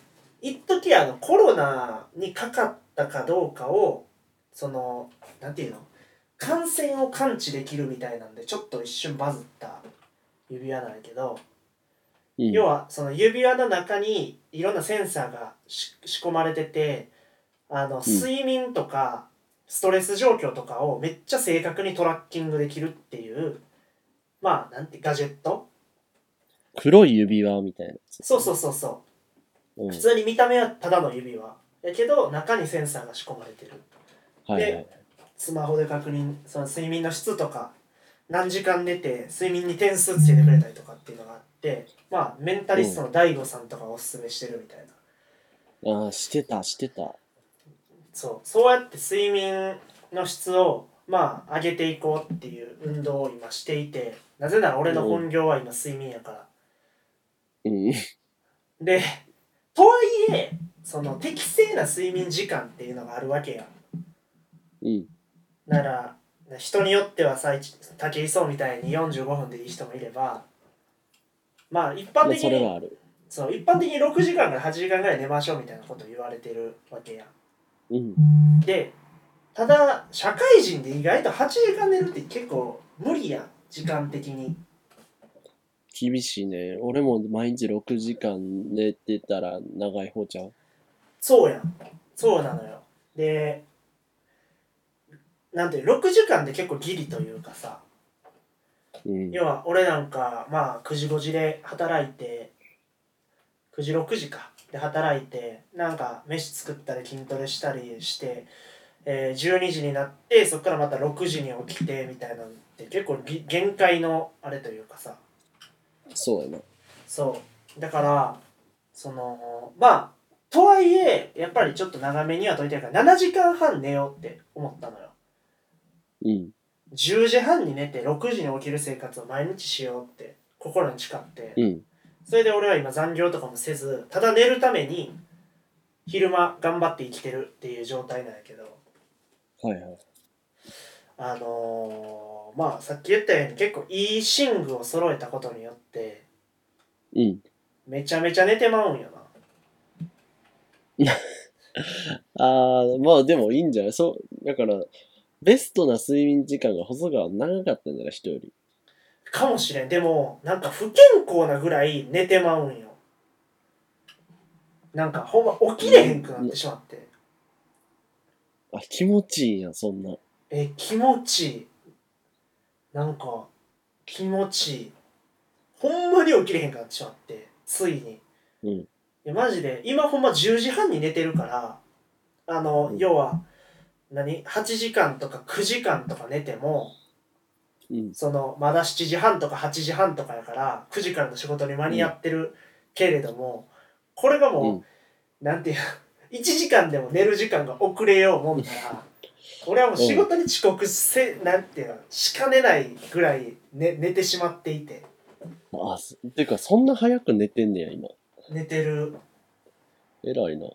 S1: 一時あのコロナにかかったかどうかをそのなんていうの感染を感知できるみたいなんでちょっと一瞬バズった指輪なんやけど、
S2: うん
S1: 要はその指輪の中にいろんなセンサーがし仕込まれててあの睡眠とか、ストレス状況とかをめっちゃ正確にトラッキングできるっていうまあなんてガジェット
S2: 黒い指輪みたいなやつ。
S1: そうそうそうそう
S2: うん
S1: 普通に見た目はただの指輪やけど中にセンサーが仕込まれてる
S2: はいはい。
S1: スマホで確認その睡眠の質とか何時間寝て睡眠に点数つけてくれたりとかっていうのがあってまあメンタリストの DAIGO さんとかがおすすめしてるみたいな、
S2: ああ、してた、してた。
S1: そうそうやって睡眠の質をまあ上げていこうっていう運動を今していてなぜなら俺の本業は今睡眠やから
S2: うん。
S1: でとはいえその適正な睡眠時間っていうのがあるわけや
S2: うん。
S1: なら人によってはさ一武井壮みたいに45分でいい人もいればまあ一般
S2: まあ、
S1: 的
S2: それ
S1: に
S2: はある。
S1: そう一般的に6時間から8時間ぐらい寝ましょうみたいなこと言われてるわけや
S2: うん。
S1: でただ社会人で意外と8時間寝るって結構無理やん時間的に
S2: 厳しいね。俺も毎日6時間寝てたら長い方ちゃう。
S1: そうやんそうなのよでなんていう6時間で結構ギリというかさ
S2: うん。
S1: 要は俺なんかまあ9時5時で働いて9時6時かで働いてなんか飯作ったり筋トレしたりして、えー12時になってそこからまた6時に起きてみたいなんて結構ぎ限界のあれというかさ
S2: そうやな。
S1: そうだからそのまあとはいえやっぱりちょっと長めにはとりたいから7時間半寝ようって思ったのよ
S2: うん。
S1: 10時半に寝て6時に起きる生活を毎日しようって心に誓って
S2: うん。
S1: それで俺は今残業とかもせずただ寝るために昼間頑張って生きてるっていう状態なんやけど
S2: はいはい。
S1: あのーまあさっき言ったように結構いい寝具を揃えたことによって
S2: うん。
S1: めちゃめちゃ寝てまうんよな
S2: ああ、まあでもいいんじゃないそう、だから、ベストな睡眠時間が細川は長かったんじゃない人より。
S1: かもしれんでもなんか不健康なぐらい寝てまうんよなんかほんま起きれへんくなってしまって
S2: あ、気持ちいいやん、そんな。
S1: え気持ちいいなんか気持ちいいほんまに起きれへんくなってしまってついに、
S2: うん
S1: いやマジで今ほんま10時半に寝てるからあの、
S2: うん
S1: 要は何8時間とか9時間とか寝ても
S2: うん。
S1: そのまだ7時半とか8時半とかやから9時からの仕事に間に合ってるけれども、これが
S2: う
S1: も
S2: ん。
S1: う、なんていう1時間でも寝る時間が遅れようもんなら俺はもう仕事に遅刻せ、なんていうのしかねないぐらい、ね、寝てしまっていて
S2: あ、すてか、そんな早く寝てんねや、今。
S1: 寝てる
S2: 偉いな。
S1: い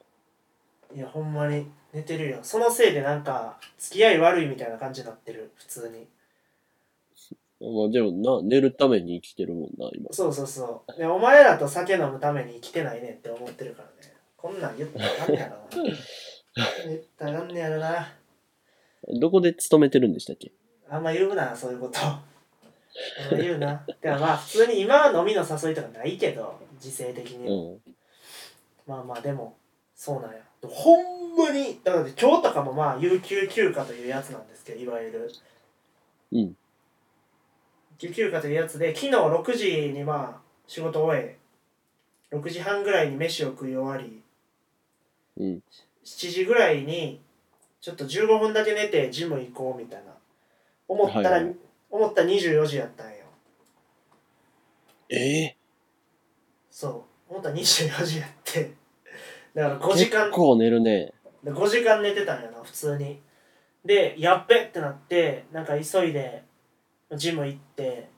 S1: やほんまに寝てるよそのせいでなんか付き合い悪いみたいな感じになってる普通に
S2: まあでもな、寝るために生きてるもんな、今。
S1: そうそうそうでお前らと酒飲むために生きてないねんって思ってるからねこんなん言ったらあかんねやろな言ったらあかんねやろな
S2: どこで勤めてるんでしたっけ
S1: あんま言うなそういうことあんま言うなでもまあ普通に今は飲みの誘いとかないけど時勢的
S2: う
S1: に、
S2: ん。
S1: まあまあでもそうなんやでもほんまにだから今日とかもまあ有給休暇というやつなんですけどいわゆる
S2: うん
S1: 有給休暇というやつで昨日6時にまあ仕事終え6時半ぐらいに飯を食い終わり
S2: うん。
S1: 7時ぐらいにちょっと15分だけ寝てジム行こうみたいな思ったら、
S2: はいはい
S1: 思ったら24時やったんよ
S2: ええ
S1: そう思ったら24時やってだから5時間
S2: 結構寝るね。
S1: で5時間寝てたんやな普通にでやっべってなってなんか急いでジム行って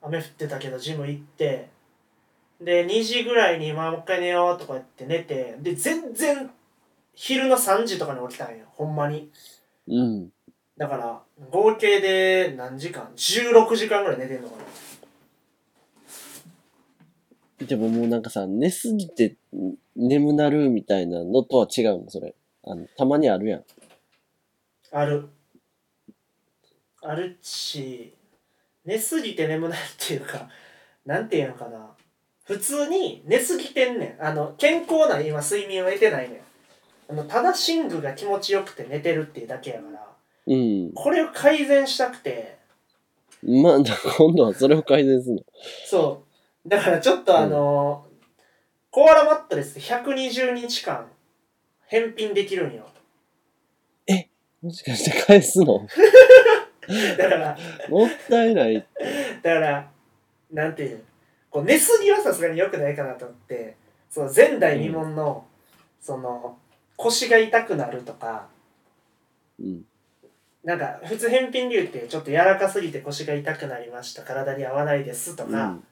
S1: 雨降ってたけどジム行ってで2時ぐらいに「まあもう一回寝よう」とか言って寝てで全然昼の3時とかに起きたんよほんまに
S2: うん。
S1: だから合計で何時間16時間ぐらい寝てんのかな
S2: でももうなんかさ、寝すぎてん眠なるみたいなのとは違うの、それ。あの、たまにあるやん。
S1: あるあるし寝すぎて眠ないっていうかなんていうのかな普通に寝すぎてんねんあの健康な今睡眠を得てないねんあのただ寝具が気持ちよくて寝てるっていうだけやから
S2: うん。
S1: これを改善したくて
S2: まあ、じゃあ 今度はそれを改善するの。
S1: そうだからちょっとあのーコアラマットレス120日間返品できるんよ
S2: もしかして返すの
S1: だから
S2: もったいない。
S1: だからなんていうこう寝すぎはさすがに良くないかなと思ってその前代未聞の、その腰が痛くなるとか
S2: うん。
S1: なんか普通返品理由ってちょっと柔らかすぎて腰が痛くなりました体に合わないですと
S2: う
S1: か、
S2: ん。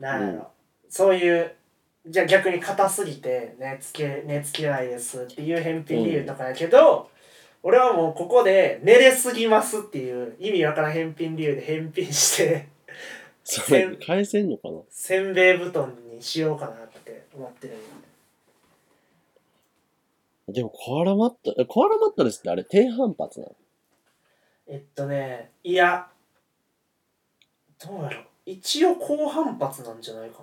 S1: なんやろ、そういうじゃあ逆に硬すぎて寝つけ寝つけないですっていう返品理由とかやけど、俺はもうここで寝れすぎますっていう意味わからん返品理由で返品して
S2: それ、返せんのかな
S1: せんべい布団にしようかなって思ってるんよ
S2: でも、コアラマット、えコアラマットレスってあれ、低反発なの
S1: えっとねいやどうやろ一応高反発なんじゃないか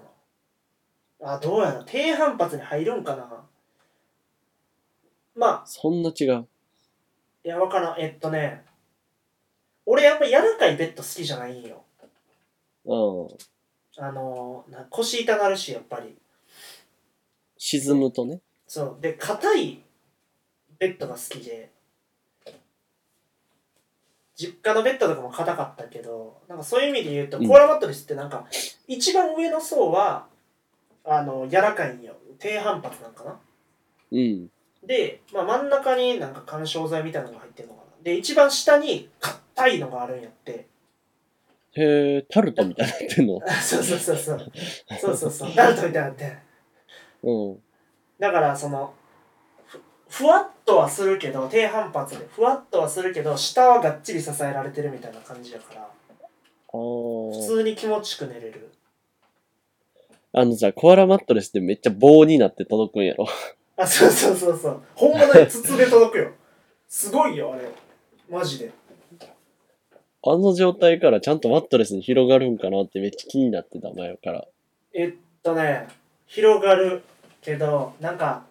S1: なあどうやろ低反発に入るんかなまあ
S2: そんな違う。
S1: いや、わからん。えっとね、俺やっぱ柔らかいベッド好きじゃないんよ。
S2: うん。
S1: あのーな腰痛なるし、やっぱり。
S2: 沈むとね。
S1: そう。で、硬いベッドが好きで、実家のベッドとかも硬かったけど、なんかそういう意味で言うと、
S2: うん
S1: コーラマットレスってなんか、一番上の層は、あの、柔らかいんよ。低反発なんかな。
S2: うん。
S1: で、まあ、真ん中になんか緩衝材みたいなのが入ってるのかな。で、一番下に硬いのがあるんやって。
S2: へえ、タルトみたいになってんの
S1: あそうそうそうそうそうそうそうダルトみたいになって
S2: うん。
S1: だからそのふふわっとはするけど低反発でふわっとはするけど下はがっちり支えられてるみたいな感じやから
S2: あ
S1: 普
S2: ー
S1: 通に気持ちよく寝れる
S2: あのさ、コアラマットレスってめっちゃ棒になって届くんやろ。
S1: あそうそうそうそう本物に筒で届くよすごいよあれマジで
S2: あの状態からちゃんとマットレスに広がるんかなってめっちゃ気になってた前から。
S1: えっとね広がるけどなんか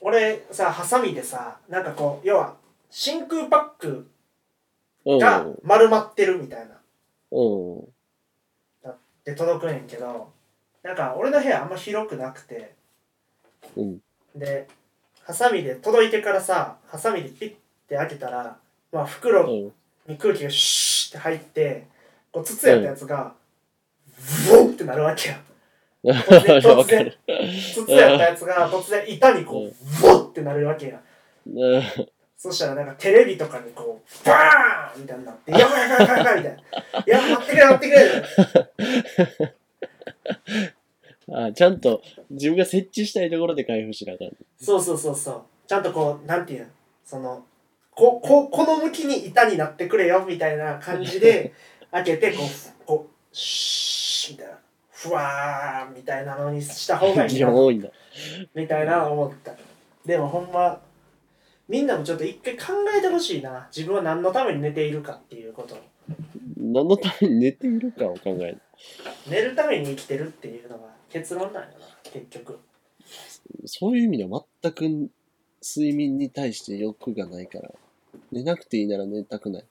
S1: 俺さハサミでさなんかこう要は真空パック
S2: うん。
S1: が丸まってるみたいな
S2: うん。
S1: で届くねんけどなんか俺の部屋あんま広くなくて
S2: うん。
S1: でハサミで届いてからさハサミでピッて開けたら、まあ、袋
S2: うん。
S1: に空気がシュッて入ってこう筒やったやつが、ブオンってなるわけや然
S2: わかる。
S1: 筒やったやつが突然板にこうブオンってなるわけや
S2: うん
S1: そしたらなんかテレビとかにこうバーンみたいになって「やばいやばいやばいやばい」みたいな「いや待ってくれ待ってくれ」
S2: あちゃんと自分が設置したいところで開封しなあかん。
S1: そうそうそうそうちゃんとこうなんていうんそのこここの向きに板になってくれよみたいな感じで開けてこうこうシーッみたいなふわーんみたいなのにした方がいい
S2: 疑
S1: な
S2: 問多いんだ。
S1: みたいな思ったでもほんまみんなもちょっと一回考えてほしいな自分は何のために寝ているかっていうことを
S2: 何のために寝ているかを考える。
S1: 寝るために生きてるっていうのが結論なんやな結局
S2: そういう意味では全く睡眠に対して欲がないから。寝なくていいなら寝たくない。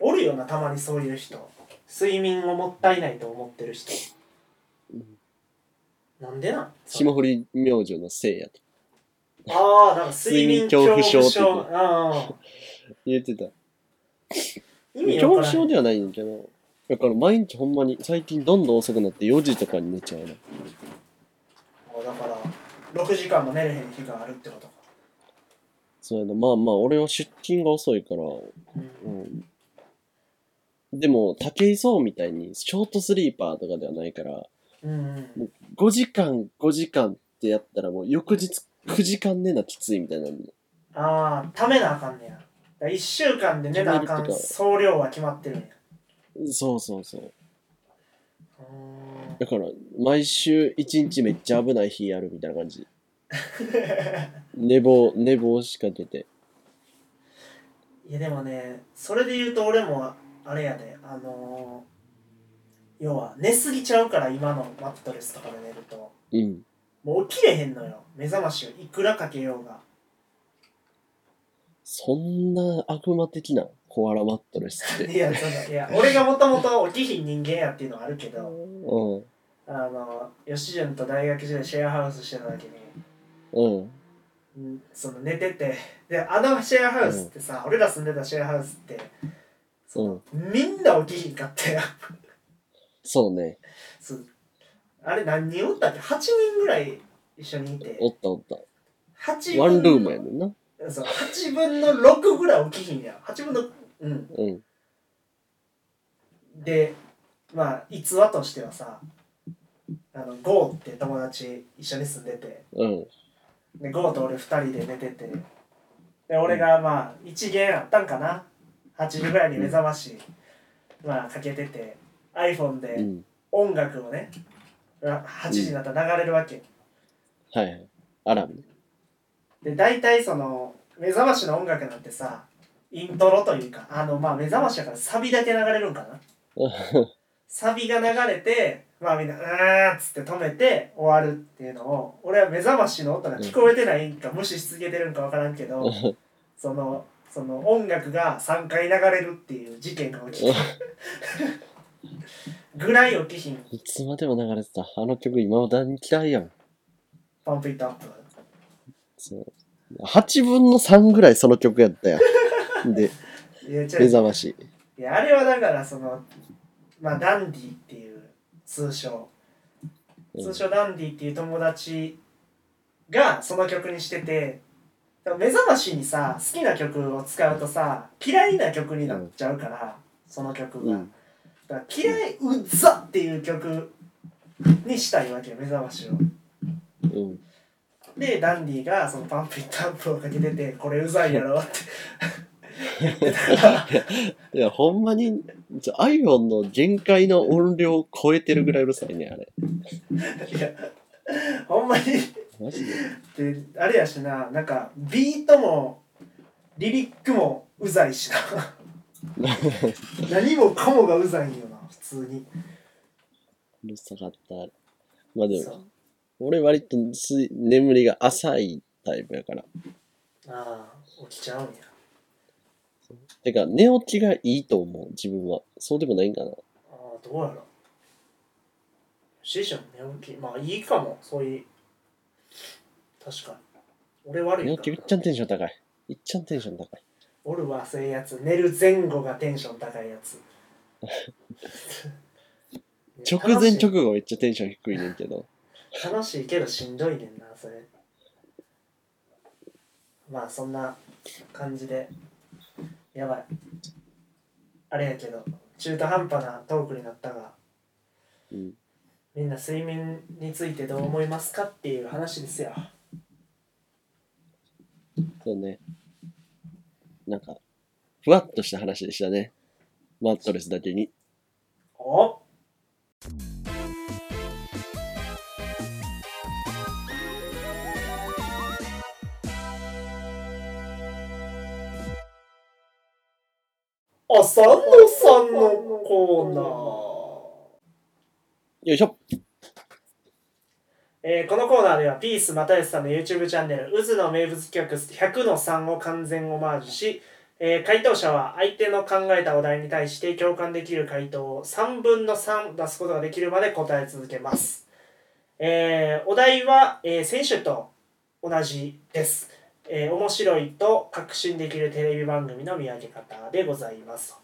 S1: おるよなたまにそういう人睡眠をもったいないと思ってる人
S2: うん
S1: なんでなん
S2: 霜降り明星のせいやと
S1: ああ、なんか睡眠恐怖症
S2: 睡眠恐怖症って
S1: ああ
S2: 言ってた。
S1: 意味
S2: 恐
S1: わ
S2: 怖
S1: からん
S2: 症ではないんやけど。だから毎日ほんまに最近どんどん遅くなって4時とかに寝ちゃうな。
S1: だから6時間も寝れへん日があるってことか、
S2: そうやな。まあまあ俺は出勤が遅いから。う
S1: うん
S2: ん。でも、武井壮みたいにショートスリーパーとかではないから、
S1: うんうん、
S2: 5時間5時間ってやったらもう翌日9時間寝なきついみたいなの
S1: ああためなあかんねやだから1週間で寝なあか
S2: 決める
S1: ん
S2: ってか
S1: 総量は決まってるんや
S2: そうそうそう
S1: うーん
S2: だから毎週1日めっちゃ危ない日やるみたいな感 じ寝坊寝坊しかけて
S1: いやでもねそれで言うと俺もあれやであのー要は寝すぎちゃうから今のマットレスとかで寝ると
S2: うん
S1: もう起きれへんのよ目覚ましをいくらかけようが
S2: そんな悪魔的なコアラマットレスっ て。
S1: いやそんないや俺がもともと起きひん人間やっていうのはあるけ
S2: う
S1: ど
S2: ん。
S1: あの吉純と大学時代シェアハウスしてた時に
S2: うん。
S1: うんその寝ててであのシェアハウスってさ、俺ら住んでたシェアハウスって
S2: うん。
S1: みんな起きひんかったよ
S2: そうね。
S1: そうあれ何人おったって8人ぐらい一緒にいて
S2: おったおった。
S1: 8
S2: ワンルームや
S1: ね
S2: ねんな。
S1: そう8分の6ぐらい起きひんやん8分のうん
S2: うん。
S1: でまあ逸話としてはさあのゴーって友達一緒に住んでて
S2: うん。
S1: でゴーと俺2人で寝ててで俺がまあ1限あったんかな8時ぐらいに目覚まし、まあかけてて iPhone
S2: う
S1: で
S2: ん。
S1: 音楽をねあ8時になったら流れるわけ
S2: はいはい。アラブ。
S1: で大体その目覚ましの音楽なんてさイントロというかあのまあ目覚ましだからサビだけ流れるんかなサビが流れてまあみんな「うーん」っつって止めて終わるっていうのを俺は目覚ましの音が聞こえてないんか無視し続けてるんか分からんけどそのその音楽が3回流れるっていう事件が起きて ぐらい起きひん
S2: いつまでも流れてた。あの曲今まだに嫌いやん。
S1: パンプイットアップ
S2: そう。8分の3ぐらいその曲やったやん。 で、
S1: いや違う
S2: 目覚まし。
S1: いやあれはだからそのまあダンディっていう通称
S2: うん
S1: 通称ダンディっていう友達がその曲にしててだから目覚ましにさ好きな曲を使うとさ嫌いな曲になっちゃうから、その曲が、
S2: うん。
S1: だから嫌いうっざっていう曲にしたいわけよ目覚ましを
S2: うん。
S1: でダンディがそのパンプイットアップをかけててこれうざいやろって 言ってたから
S2: いや、ほんまに、ちょ iPhone の限界の音量を超えてるぐらいうるさいね、あれ。
S1: いやほんまに
S2: マジで。
S1: であれやしななんかビートもリリックもうざいし な何もかもがうざいんよな普通に
S2: うるさかった。まあで
S1: そ
S2: も、
S1: う
S2: 俺割とす眠りが浅いタイプやから。
S1: ああ起きちゃうんや
S2: てか、寝起きがいいと思う、自分は。そうでもないんかな。
S1: ああどうやろ師匠寝起きまあいいかもそういう確かに俺悪
S2: 寝
S1: い
S2: 起き、いっ
S1: か
S2: ちゃんテンション高い。いっちゃんテンション高い。
S1: 俺はそういうやつ寝る前後がテンション高いやつ
S2: 直前直後めっちゃテンション低いねんけど。
S1: 楽しいけどしんどいねんなそれまあそんな感じでやばいあれやけど中途半端なトークになったが
S2: うん。
S1: みんな睡眠についてどう思いますかっていう話ですよ
S2: そうね。なんか、ふわっとした話でしたね。マットレスだけに。
S1: お浅野さんのコーナー
S2: よいしょ
S1: えーこのコーナーではピース又吉さんの YouTube チャンネル「渦の名物企画100の3」を完全オマージュし、えー回答者は相手の考えたお題に対して共感できる回答を3分の3出すことができるまで答え続けます、えーお題は、えー先週と同じです、えー面白いと確信できるテレビ番組の見分け方でございます、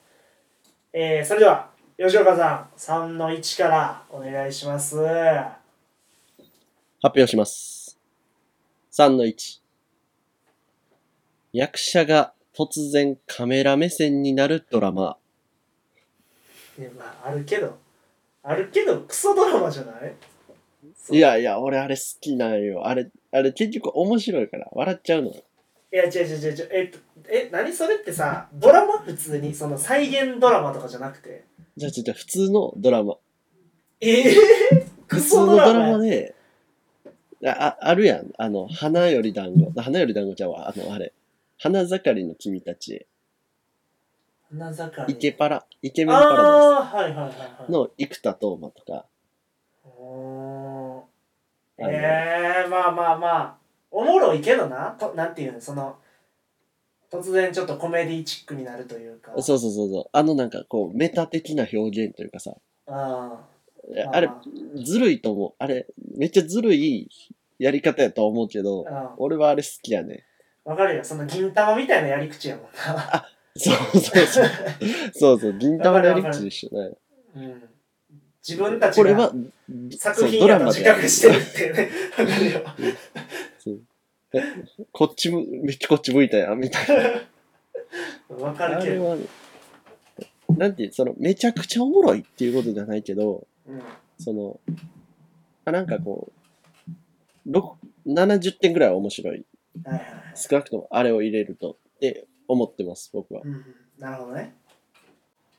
S1: えーそれでは吉岡さん3の1からお願いします
S2: 発表します。3の1。役者が突然カメラ目線になるドラマ。
S1: いやまああるけどあるけどクソドラマじゃないそう
S2: いやいや、俺あれ好きなんよ。あれ、あれ結局面白いから笑っちゃうの。
S1: いや違う違う違う違うえっとえ何それってさドラマ普通にその再現ドラマとかじゃなくて
S2: じゃあちょっと普通のドラマ。
S1: ええク
S2: 普通
S1: ソ
S2: の
S1: ド
S2: ド
S1: ラマ
S2: ラマで、あ、ああるやん。あの、花より団子。花より団子ちゃうわ。あの、あれ。花盛りの君たちへ。
S1: 花盛り
S2: イケパラ。イケメンパラダイス。
S1: ああはいはいはいはい
S2: の生田斗真とか、
S1: おー
S2: あの
S1: ええまあまあまあおもろいけどなとなんていうのその突然ちょっとコメディチックになるというか
S2: そうそうそうそう。あのなんかこう、メタ的な表現というかさ、
S1: ああ
S2: あれ、ずるいと思う。あれ、めっちゃずるいやり方やと思うけど、
S1: あ
S2: 俺はあれ好きやね。
S1: わかるよその銀玉みたいなやり口やもんな
S2: そうそ うそう。そうそう、銀玉のやり口でしょね。
S1: うん自分たち
S2: これは
S1: が、作
S2: そうド
S1: 品
S2: ラ
S1: やと
S2: マ
S1: 自
S2: でや
S1: 覚
S2: る。
S1: してるっていうね わかるよ
S2: こっちむ、めっちゃこっち向いたやん、みたいな。
S1: わか
S2: あ
S1: るけ
S2: れ
S1: ど
S2: は、なんていう、その、めちゃくちゃおもろいっていうことじゃないけど、
S1: うん
S2: その、あなんかこう、ろく70点ぐらいは面白い。
S1: はいはいはい
S2: 少なくともあれを入れると、って思ってます、僕は。
S1: うんうんなるほどね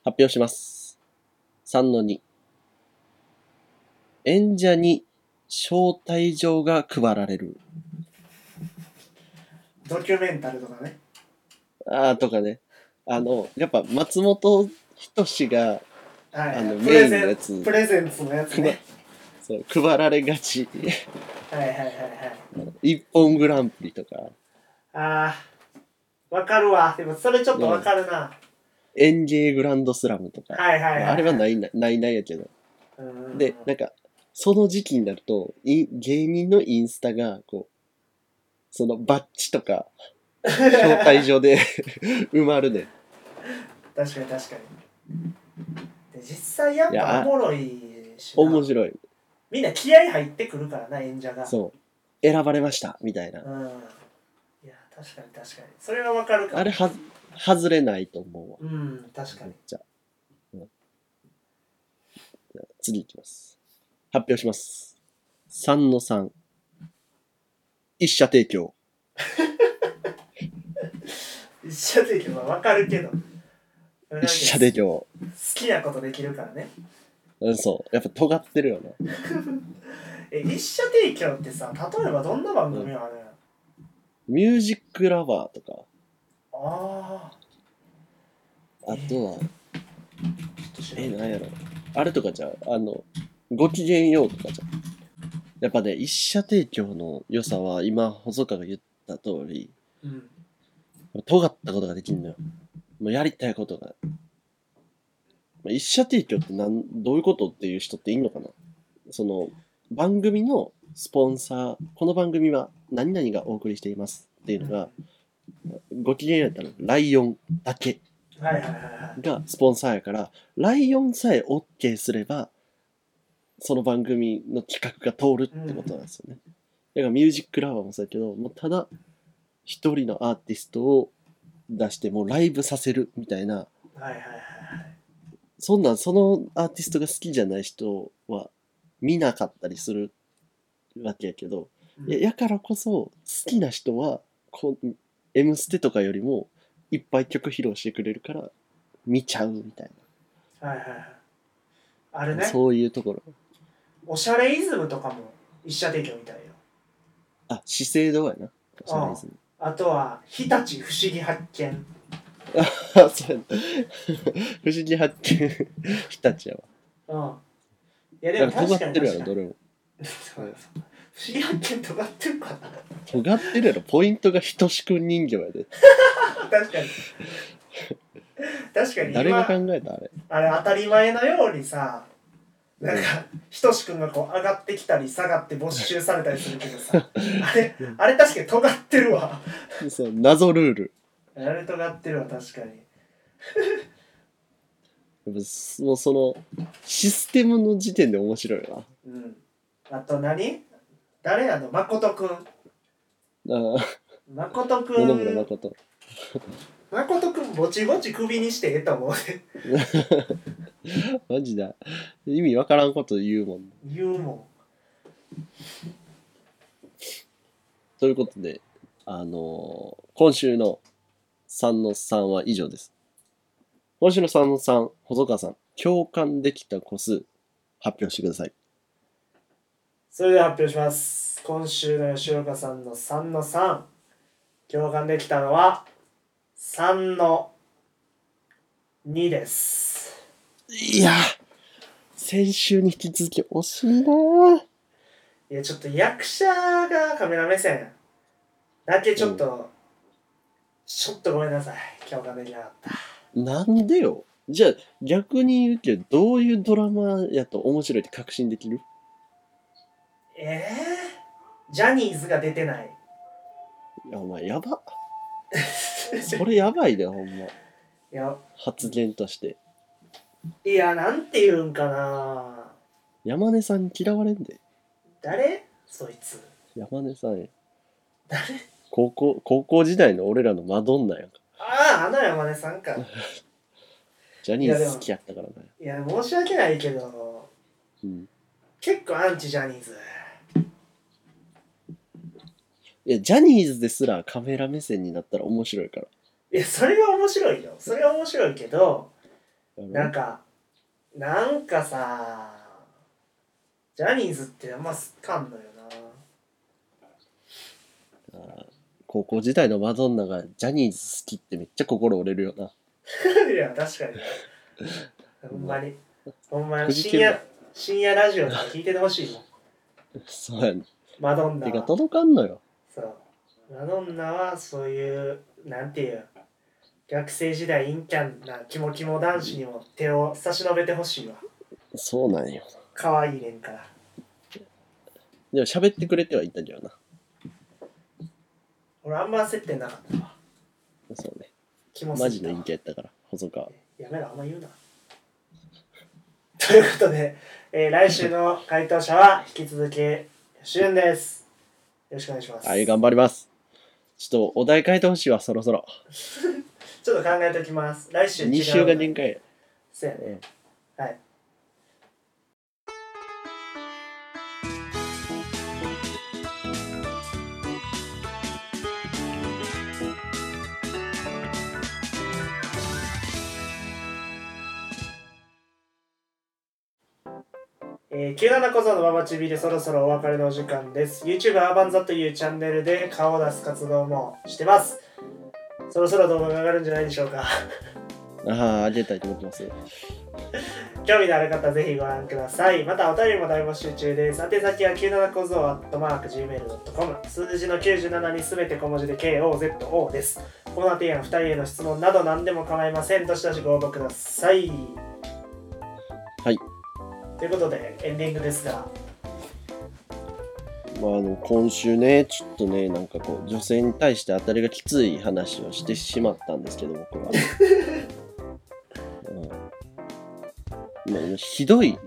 S2: 発表します。3の2。演者に招待状が配られる。
S1: ドキュメンタルとかね
S2: ああ、とかね。あの、やっぱ松本人志が
S1: はい
S2: あの
S1: プレ
S2: メインの
S1: ゼ
S2: や
S1: ン
S2: つ
S1: プレゼンツのやつ ね
S2: そう配られが ち。
S1: はいはいはいはい
S2: 一本グランプリとか、
S1: あーわかるわでもそれちょっとわかるな、
S2: 演芸グランドスラムとか。
S1: はいはいはい
S2: あれはないなないないやけど。
S1: うん
S2: で、なんか、その時期になると、い芸人のインスタが、こう、そのバッジと か、招待状で 埋まるね。
S1: 確かに確かにで実際やっ
S2: いや
S1: ぱ
S2: あ
S1: おもろいしな
S2: 面白い。
S1: みんな気合入ってくるからな演者がう、
S2: そう。選ばれました、みたいな。
S1: ん、いや確かに確かにそれはわかるか
S2: あれは、外れないと思うわ。
S1: うん確か
S2: めっ
S1: に
S2: ちゃ。うんじゃあ次いきます。発表します。3の3。一社提供。
S1: 一社提供はわかるけど
S2: 一社提供。
S1: 好きなことできるからね
S2: うん、そう。やっぱ尖ってるよね。
S1: え一社提供ってさ例えばどんな番組ある、
S2: ミュージックラバーとか、
S1: ああ
S2: あとは、
S1: ちょっと知ら
S2: え、
S1: ない
S2: なんやろ。あれとかじゃうあの、ごきげんようとかじゃうやっぱね、一社提供の良さは、今、細川が言った通り、
S1: うん
S2: 尖ったことができんのよ。もうやりたいことが。まあ、一社提供ってなんどういうことっていう人っていんのかなその番組のスポンサー、この番組は何々がお送りしていますっていうのが、ご機嫌やったらライオンだけ
S1: はいはいはいはい
S2: がスポンサーやから、ライオンさえ OK すれば、その番組の企画が通るってことなんですよね。だからミュージックラバーもそうやけど、もうただ一人のアーティストを出して、もうライブさせるみたいな、
S1: はいはいはい
S2: そんなんそのアーティストが好きじゃない人は見なかったりするわけやけど、
S1: うん
S2: ややからこそ好きな人はこう「M ステ」とかよりもいっぱい曲披露してくれるから見ちゃうみたい
S1: はいはいはいあれ
S2: な、
S1: ね
S2: そういうところ
S1: おしゃれイズムとかも一社提供みたいよ
S2: あ資生堂やなおしゃれですね
S1: あとは日立不思議発見
S2: あ そうやな不思議発見日立やわ
S1: うんいやで
S2: だ
S1: も
S2: から
S1: 確か
S2: 尖
S1: に
S2: ってるや
S1: 確
S2: ろ
S1: か
S2: ど
S1: に
S2: れも
S1: そうそう不思議発見尖ってるかな
S2: 尖ってるやろポイントがひとしくん人形やで
S1: 確かに確かに
S2: 誰が
S1: 今
S2: 考えたあれ
S1: あれ当たり前のようにさなんかひとしくんがこう上がってきたり下がって没収されたりするけど さあれあれ確かに尖ってるわ
S2: そう謎ルール
S1: あれ尖ってるわ確かに
S2: やっぱすもうそのシステムの時点で面白いよ
S1: うんあと何誰あの誠くん
S2: なあー
S1: 誠く
S2: 野々村
S1: ん
S2: 誠
S1: 誠くんぼちぼち首にしてええと思うね
S2: マジだ意味わからんこと言うもん
S1: 言うも
S2: ということで、あのー今週の3の3は以上です。今週の3の3、細川さん、共感できた個数、発表してください。
S1: んそれでは発表します今週の吉岡さんの3の3共感できたのは3の2です
S2: いや先週に引き続き惜しいなー
S1: いいやちょっと役者がカメラ目線だけちょっと、ちょっとごめんなさい共感できなかった
S2: なんでよじゃあ逆に言うけどどういうドラマやと面白いって確信できる
S1: えー、ジャニーズが出てない
S2: いやお前やばそれやばいでほんま
S1: いや
S2: 発言として
S1: いやなんて言うんかな
S2: 山根さんに嫌われんで
S1: 誰そいつ
S2: 山根さんや
S1: 誰
S2: 高校高校時代の俺らのマドンナやんか
S1: あああの山根さんか
S2: ジャニーズ好きやったからな、
S1: いや申し訳ないけど
S2: うん、
S1: 結構アンチジャニーズ
S2: いやジャニーズですらカメラ目線になったら面白いから
S1: いやそれは面白いよそれは面白いけど
S2: や
S1: な
S2: ろ
S1: んかなんかさジャニーズってあんま好かんのよな
S2: だから高校時代のマドンナがジャニーズ好きってめっちゃ心折れるよない
S1: や確かにほんまにほんま
S2: く
S1: に
S2: じ
S1: 深
S2: けるな
S1: 夜深夜ラジオとか聞いててほしいもん
S2: そうやね
S1: マドンナ
S2: 手が
S1: は
S2: 届かんのよ
S1: そうマドンナはそういうなんていう学生時代陰キャンなキモキモ男子にも手を差し伸べてほしいわ
S2: そうなんよ
S1: 可愛いねんから
S2: でも喋ってくれてはいたんだよな
S1: 俺あんま接点なかったわ
S2: そうね
S1: キモす
S2: マ
S1: ぎ
S2: ジ
S1: た
S2: の
S1: わ
S2: 陰キャやったから細川
S1: やめろあんま言うなということで、えー来週の回答者は引き続きしゅんですよろしくお願いします
S2: はい頑張りますちょっとお題変えてほしいわそろそろ
S1: ちょっと考えておきます来週
S2: 2週が
S1: ね
S2: 限界
S1: そうやね
S2: うん
S1: はいえー、97小僧のママチビでそろそろお別れのお時間です。YouTube アーバンザというチャンネルで顔を出す活動もしてます。そろそろ動画が上がるんじゃないでしょうか。
S2: あああげたいと思ってます
S1: 興味のある方はぜひご覧くださいまたお便りも大募集中です宛先は97小僧アットマーク Gmail.com 数字の97にすべて小文字で KOZO ですコーナー提案2人への質問など何でも構いませんどしどしご応募ください
S2: はい
S1: ということでエンディングですが
S2: まあ、あの今週ね、ちょっとね、なんかこう、女性に対して当たりがきつい話をしてしまったんですけど、僕は。うんまあ、ひどい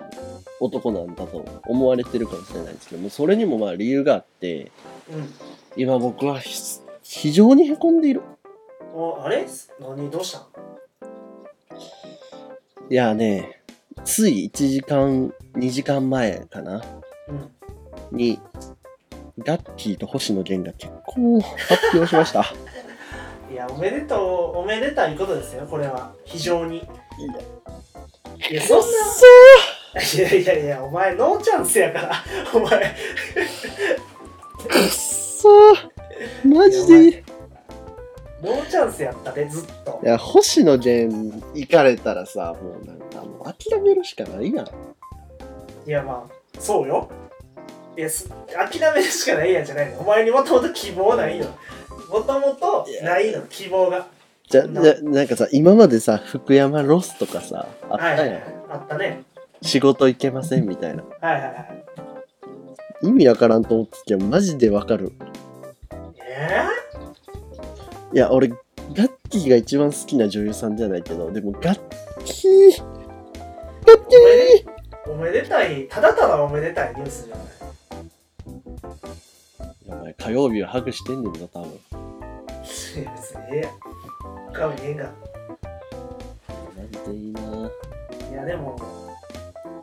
S2: 男なんだと思われてるかもしれないんですけども、それにもまあ理由があって、
S1: うん
S2: 今僕はひ非常にへこんでいる。
S1: おあれ何どうしたの
S2: いやね、つい1時間、2時間前かな、
S1: うん
S2: に、ガッキーと星野源が結婚を発表しました。
S1: いやおめでとうおめでたいことですよこれは非常にいやそんなないやいやいや、お前ノーチャンスやから、お前。
S2: くっそーマジでい
S1: いやお前ノーチャンスやったで、ずっと。
S2: や星野源行かれたらさもうなんかもう諦めるしかないやん
S1: いや、まあ、そうよ。いや、す諦めるしかないやんじゃないの。お前にもともと希望ないの。もともとないの、希望が。
S2: じゃじゃなんかさ今までさ福山ロスとかさあっ
S1: はい
S2: た
S1: は
S2: や
S1: い
S2: ん、
S1: はい。あったね。
S2: 仕事行けませんみたいな
S1: はいはいはい。
S2: 意味わからんと思っててマジでわかる
S1: え
S2: いや俺ガッキーが一番好きな女優さんじゃないけどでもガッキーガッキ
S1: ー、おめでたい、ただただおめでたいニュースじゃない。
S2: ーやばい火曜日はハグしてんねんな多分
S1: いや、別にええやん。他はええんが。
S2: なんていいない
S1: やでも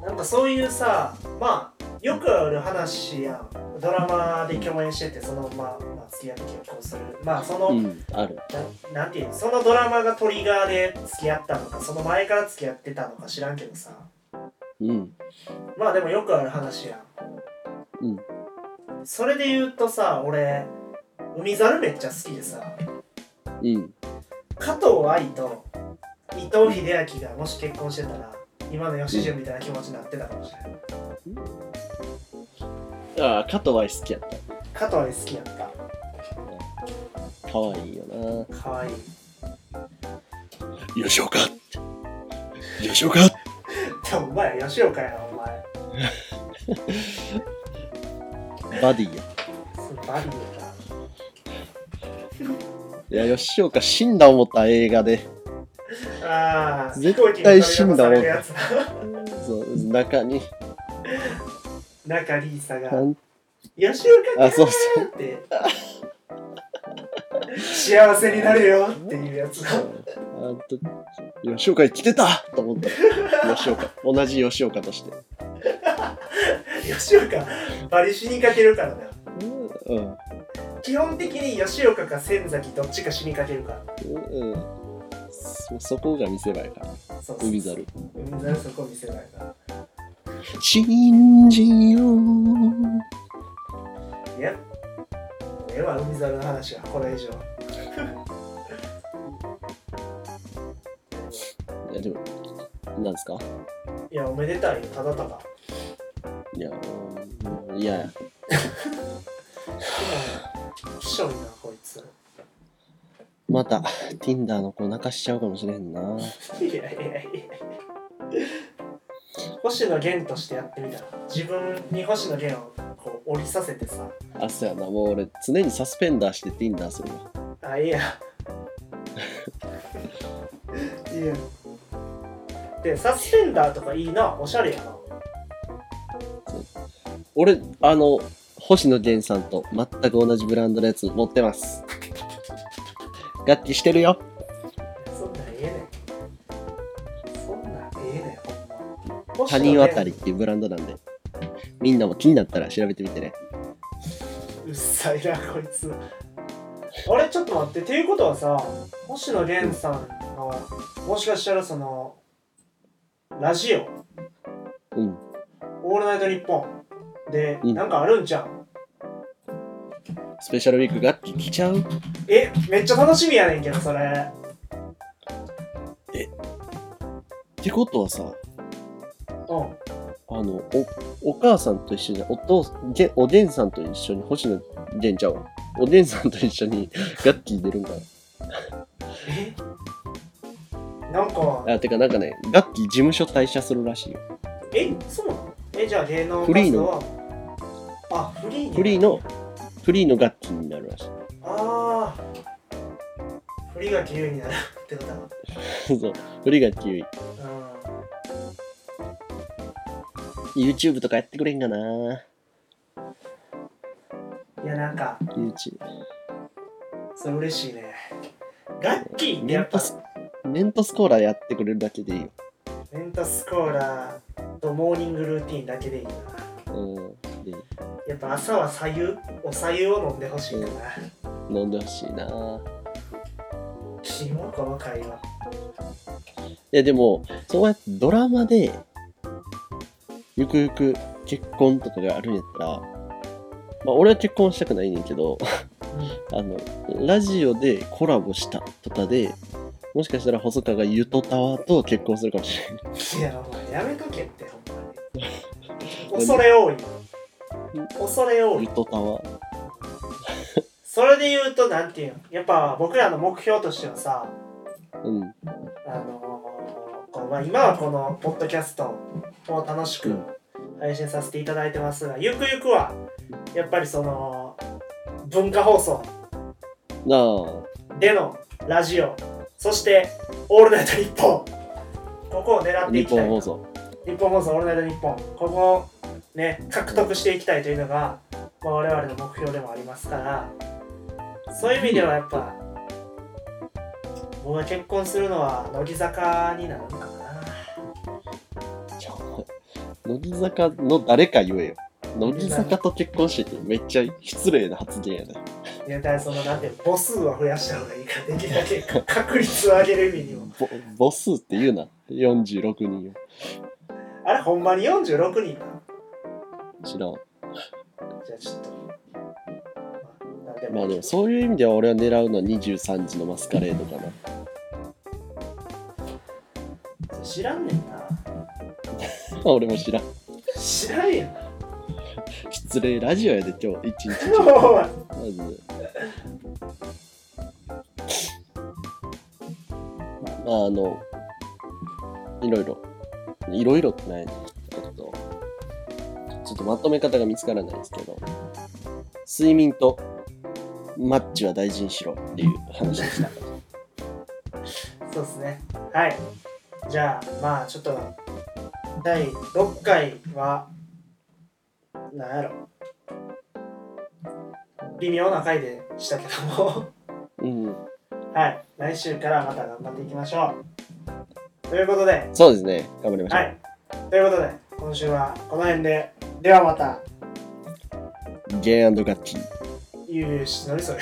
S1: なんかそういうさまあよくある話やんドラマで共演しててそのまあ、まあ、付き合って結婚するまあその、
S2: うんある
S1: ななんていうのそのドラマがトリガーで付き合ったのかその前から付き合ってたのか知らんけどさ
S2: うん
S1: まあでもよくある話やん
S2: うん
S1: それで言うとさ俺海猿めっちゃ好きでさ
S2: うん
S1: 加藤愛と伊藤英明がもし結婚してたら今の吉純みたいな気持ちになってたかもしれない
S2: ああ、加藤愛好きやっ
S1: 加藤愛好きやった
S2: た。かわいいよな。よ
S1: かわいい
S2: しおかよしおか
S1: でもお前吉岡やなお前
S2: バディや。
S1: それバリューだ
S2: いや、吉岡死んだ思った映画で。
S1: ああ
S2: 絶対死んだろう
S1: やつだ
S2: そう、中に。
S1: 中リーサが
S2: なん
S1: 「吉岡か!」
S2: あそうそ
S1: って「幸せになれよ」っていうやつだ
S2: あと吉岡生きてたと思った。吉岡。同じ吉岡として。
S1: 吉岡バリ死にかけるからな
S2: うん。
S1: 基本的に吉岡か仙崎どっちか死にかけるから
S2: うん。そそこが見せ場やから。
S1: そうそう
S2: 海猿。
S1: 海猿そこ見せないから
S2: 信じよう。
S1: いやええわ海猿の話はこれ以上
S2: いや、でも、なんですか
S1: いやおめでたいよただただ
S2: いや、うんいや、
S1: きしょいなこいつ
S2: また、Tinder の子泣かしちゃうかもしれんな。
S1: いやいやいやいや星野源としてやってみたら自分に星野源をこう降りさせてさ
S2: あ、そうやな。もう俺、常にサスペンダーして Tinder するわ。
S1: あいいや いいやでサスペンダーとかいいなおしゃれやな
S2: 俺、あの、星野源さんと全く同じブランドのやつ持ってます。楽器してるよ。
S1: そんなんええねんそんなんええねんほんま
S2: 他人渡りっていうブランドなんで。みんなも気になったら調べてみてね。
S1: うっさいなこいつあれちょっと待ってっていうことはさ星野源さんのもしかしたらそのラジオ
S2: うん。
S1: 「オールナイトニッポン」で、
S2: うん
S1: なんかあるんじゃん
S2: スペシャルウィーク楽器来ちゃう
S1: えめっちゃ楽しみやねんけどそれ
S2: ってことはさ、
S1: うん
S2: あの、お、お母さんと一緒に、お父さん、げおでんさんと一緒に、星野源ちゃうわ。おでんさんと一緒に 楽器出るんか
S1: えなんか
S2: な。あ、てかなんかね、楽器事務所退社するらしいよ。
S1: えそうなのえじゃあ芸能
S2: フリー
S1: 活動
S2: の
S1: はあフリーね
S2: フリーの、フリーの楽器になるらし
S1: ああフリーが自由になるってことだ
S2: い。そう。フリー楽器、
S1: う
S2: YouTube とかやってくれんかな。
S1: んいやなんか
S2: YouTube。
S1: それ嬉しいねガッキーって
S2: メ
S1: や
S2: ン
S1: っぱ
S2: トス、メントスコーラやってくれるだけでいいよ。
S1: メンタスコーラとモーニングルーティンだけでいいな
S2: うん。で、
S1: やっぱ朝は左右お左右を飲んでほしいかな
S2: 飲んでほしいな。
S1: キモこの会話
S2: いやでも、そうやってドラマで、ゆくゆく結婚とかがあるんやったら、まあ俺は結婚したくないねんけど、 あの、ラジオでコラボしたとかで、もしかしたら細川がゆとたわと結婚するかもしれない
S1: やお前やめとけってほん まに恐れ多い恐れ多
S2: い。ゆ
S1: い
S2: とたわ。
S1: それで言うとなんていうのやっぱ僕らの目標としてはさ
S2: うん。
S1: あのーこうまあ、今はこのポッドキャストを楽しく配信させていただいてますが、ゆくゆくはやっぱりその文化放送
S2: なあ、
S1: でのラジオそして「オールナイトニッポン」ここを狙ってい
S2: 日
S1: きた
S2: 本
S1: い
S2: 放送。
S1: 日本放送「オールナイトニッポン」ここをね獲得していきたいというのが、まあ、我々の目標でもありますからそういう意味ではやっぱ僕が結婚するのは乃木坂になるのかな
S2: ちょ乃木坂の誰か言えよ。乃木坂と結婚しててめっちゃ失礼な発言やね。
S1: いやだからそのなんていうの母数は増やした方がいいからできるだけ確率を上げる意味にも
S2: ぼ母数って言うな。46人よ。
S1: あれほんまに46人なの
S2: 知らん。
S1: じゃあちょっとまあなんで
S2: ま
S1: も
S2: あでもそういう意味では俺は狙うのは23時のマスカレードかな。
S1: 知らんねんな
S2: 俺も知らん。
S1: 知らんやん
S2: 失礼、ラジオやで、今日、一日。
S1: おい
S2: マジで。まあ、あの、いろいろ、いろいろってないなえっと、ちょっとまとめ方が見つからないですけど、睡眠とマッチは大事にしろっていう話でした。
S1: そうですね。はい。じゃあ、まあ、ちょっと、第6回は、なんやろ。微妙な回でしたけども、
S2: うん。
S1: はい。来週からまた頑張っていきましょう。ということで、
S2: そうですね。頑張りましょう。
S1: はい。ということで、今週はこの辺で、ではまた、
S2: J& ガッチ。
S1: ゆうゆうし、何それ。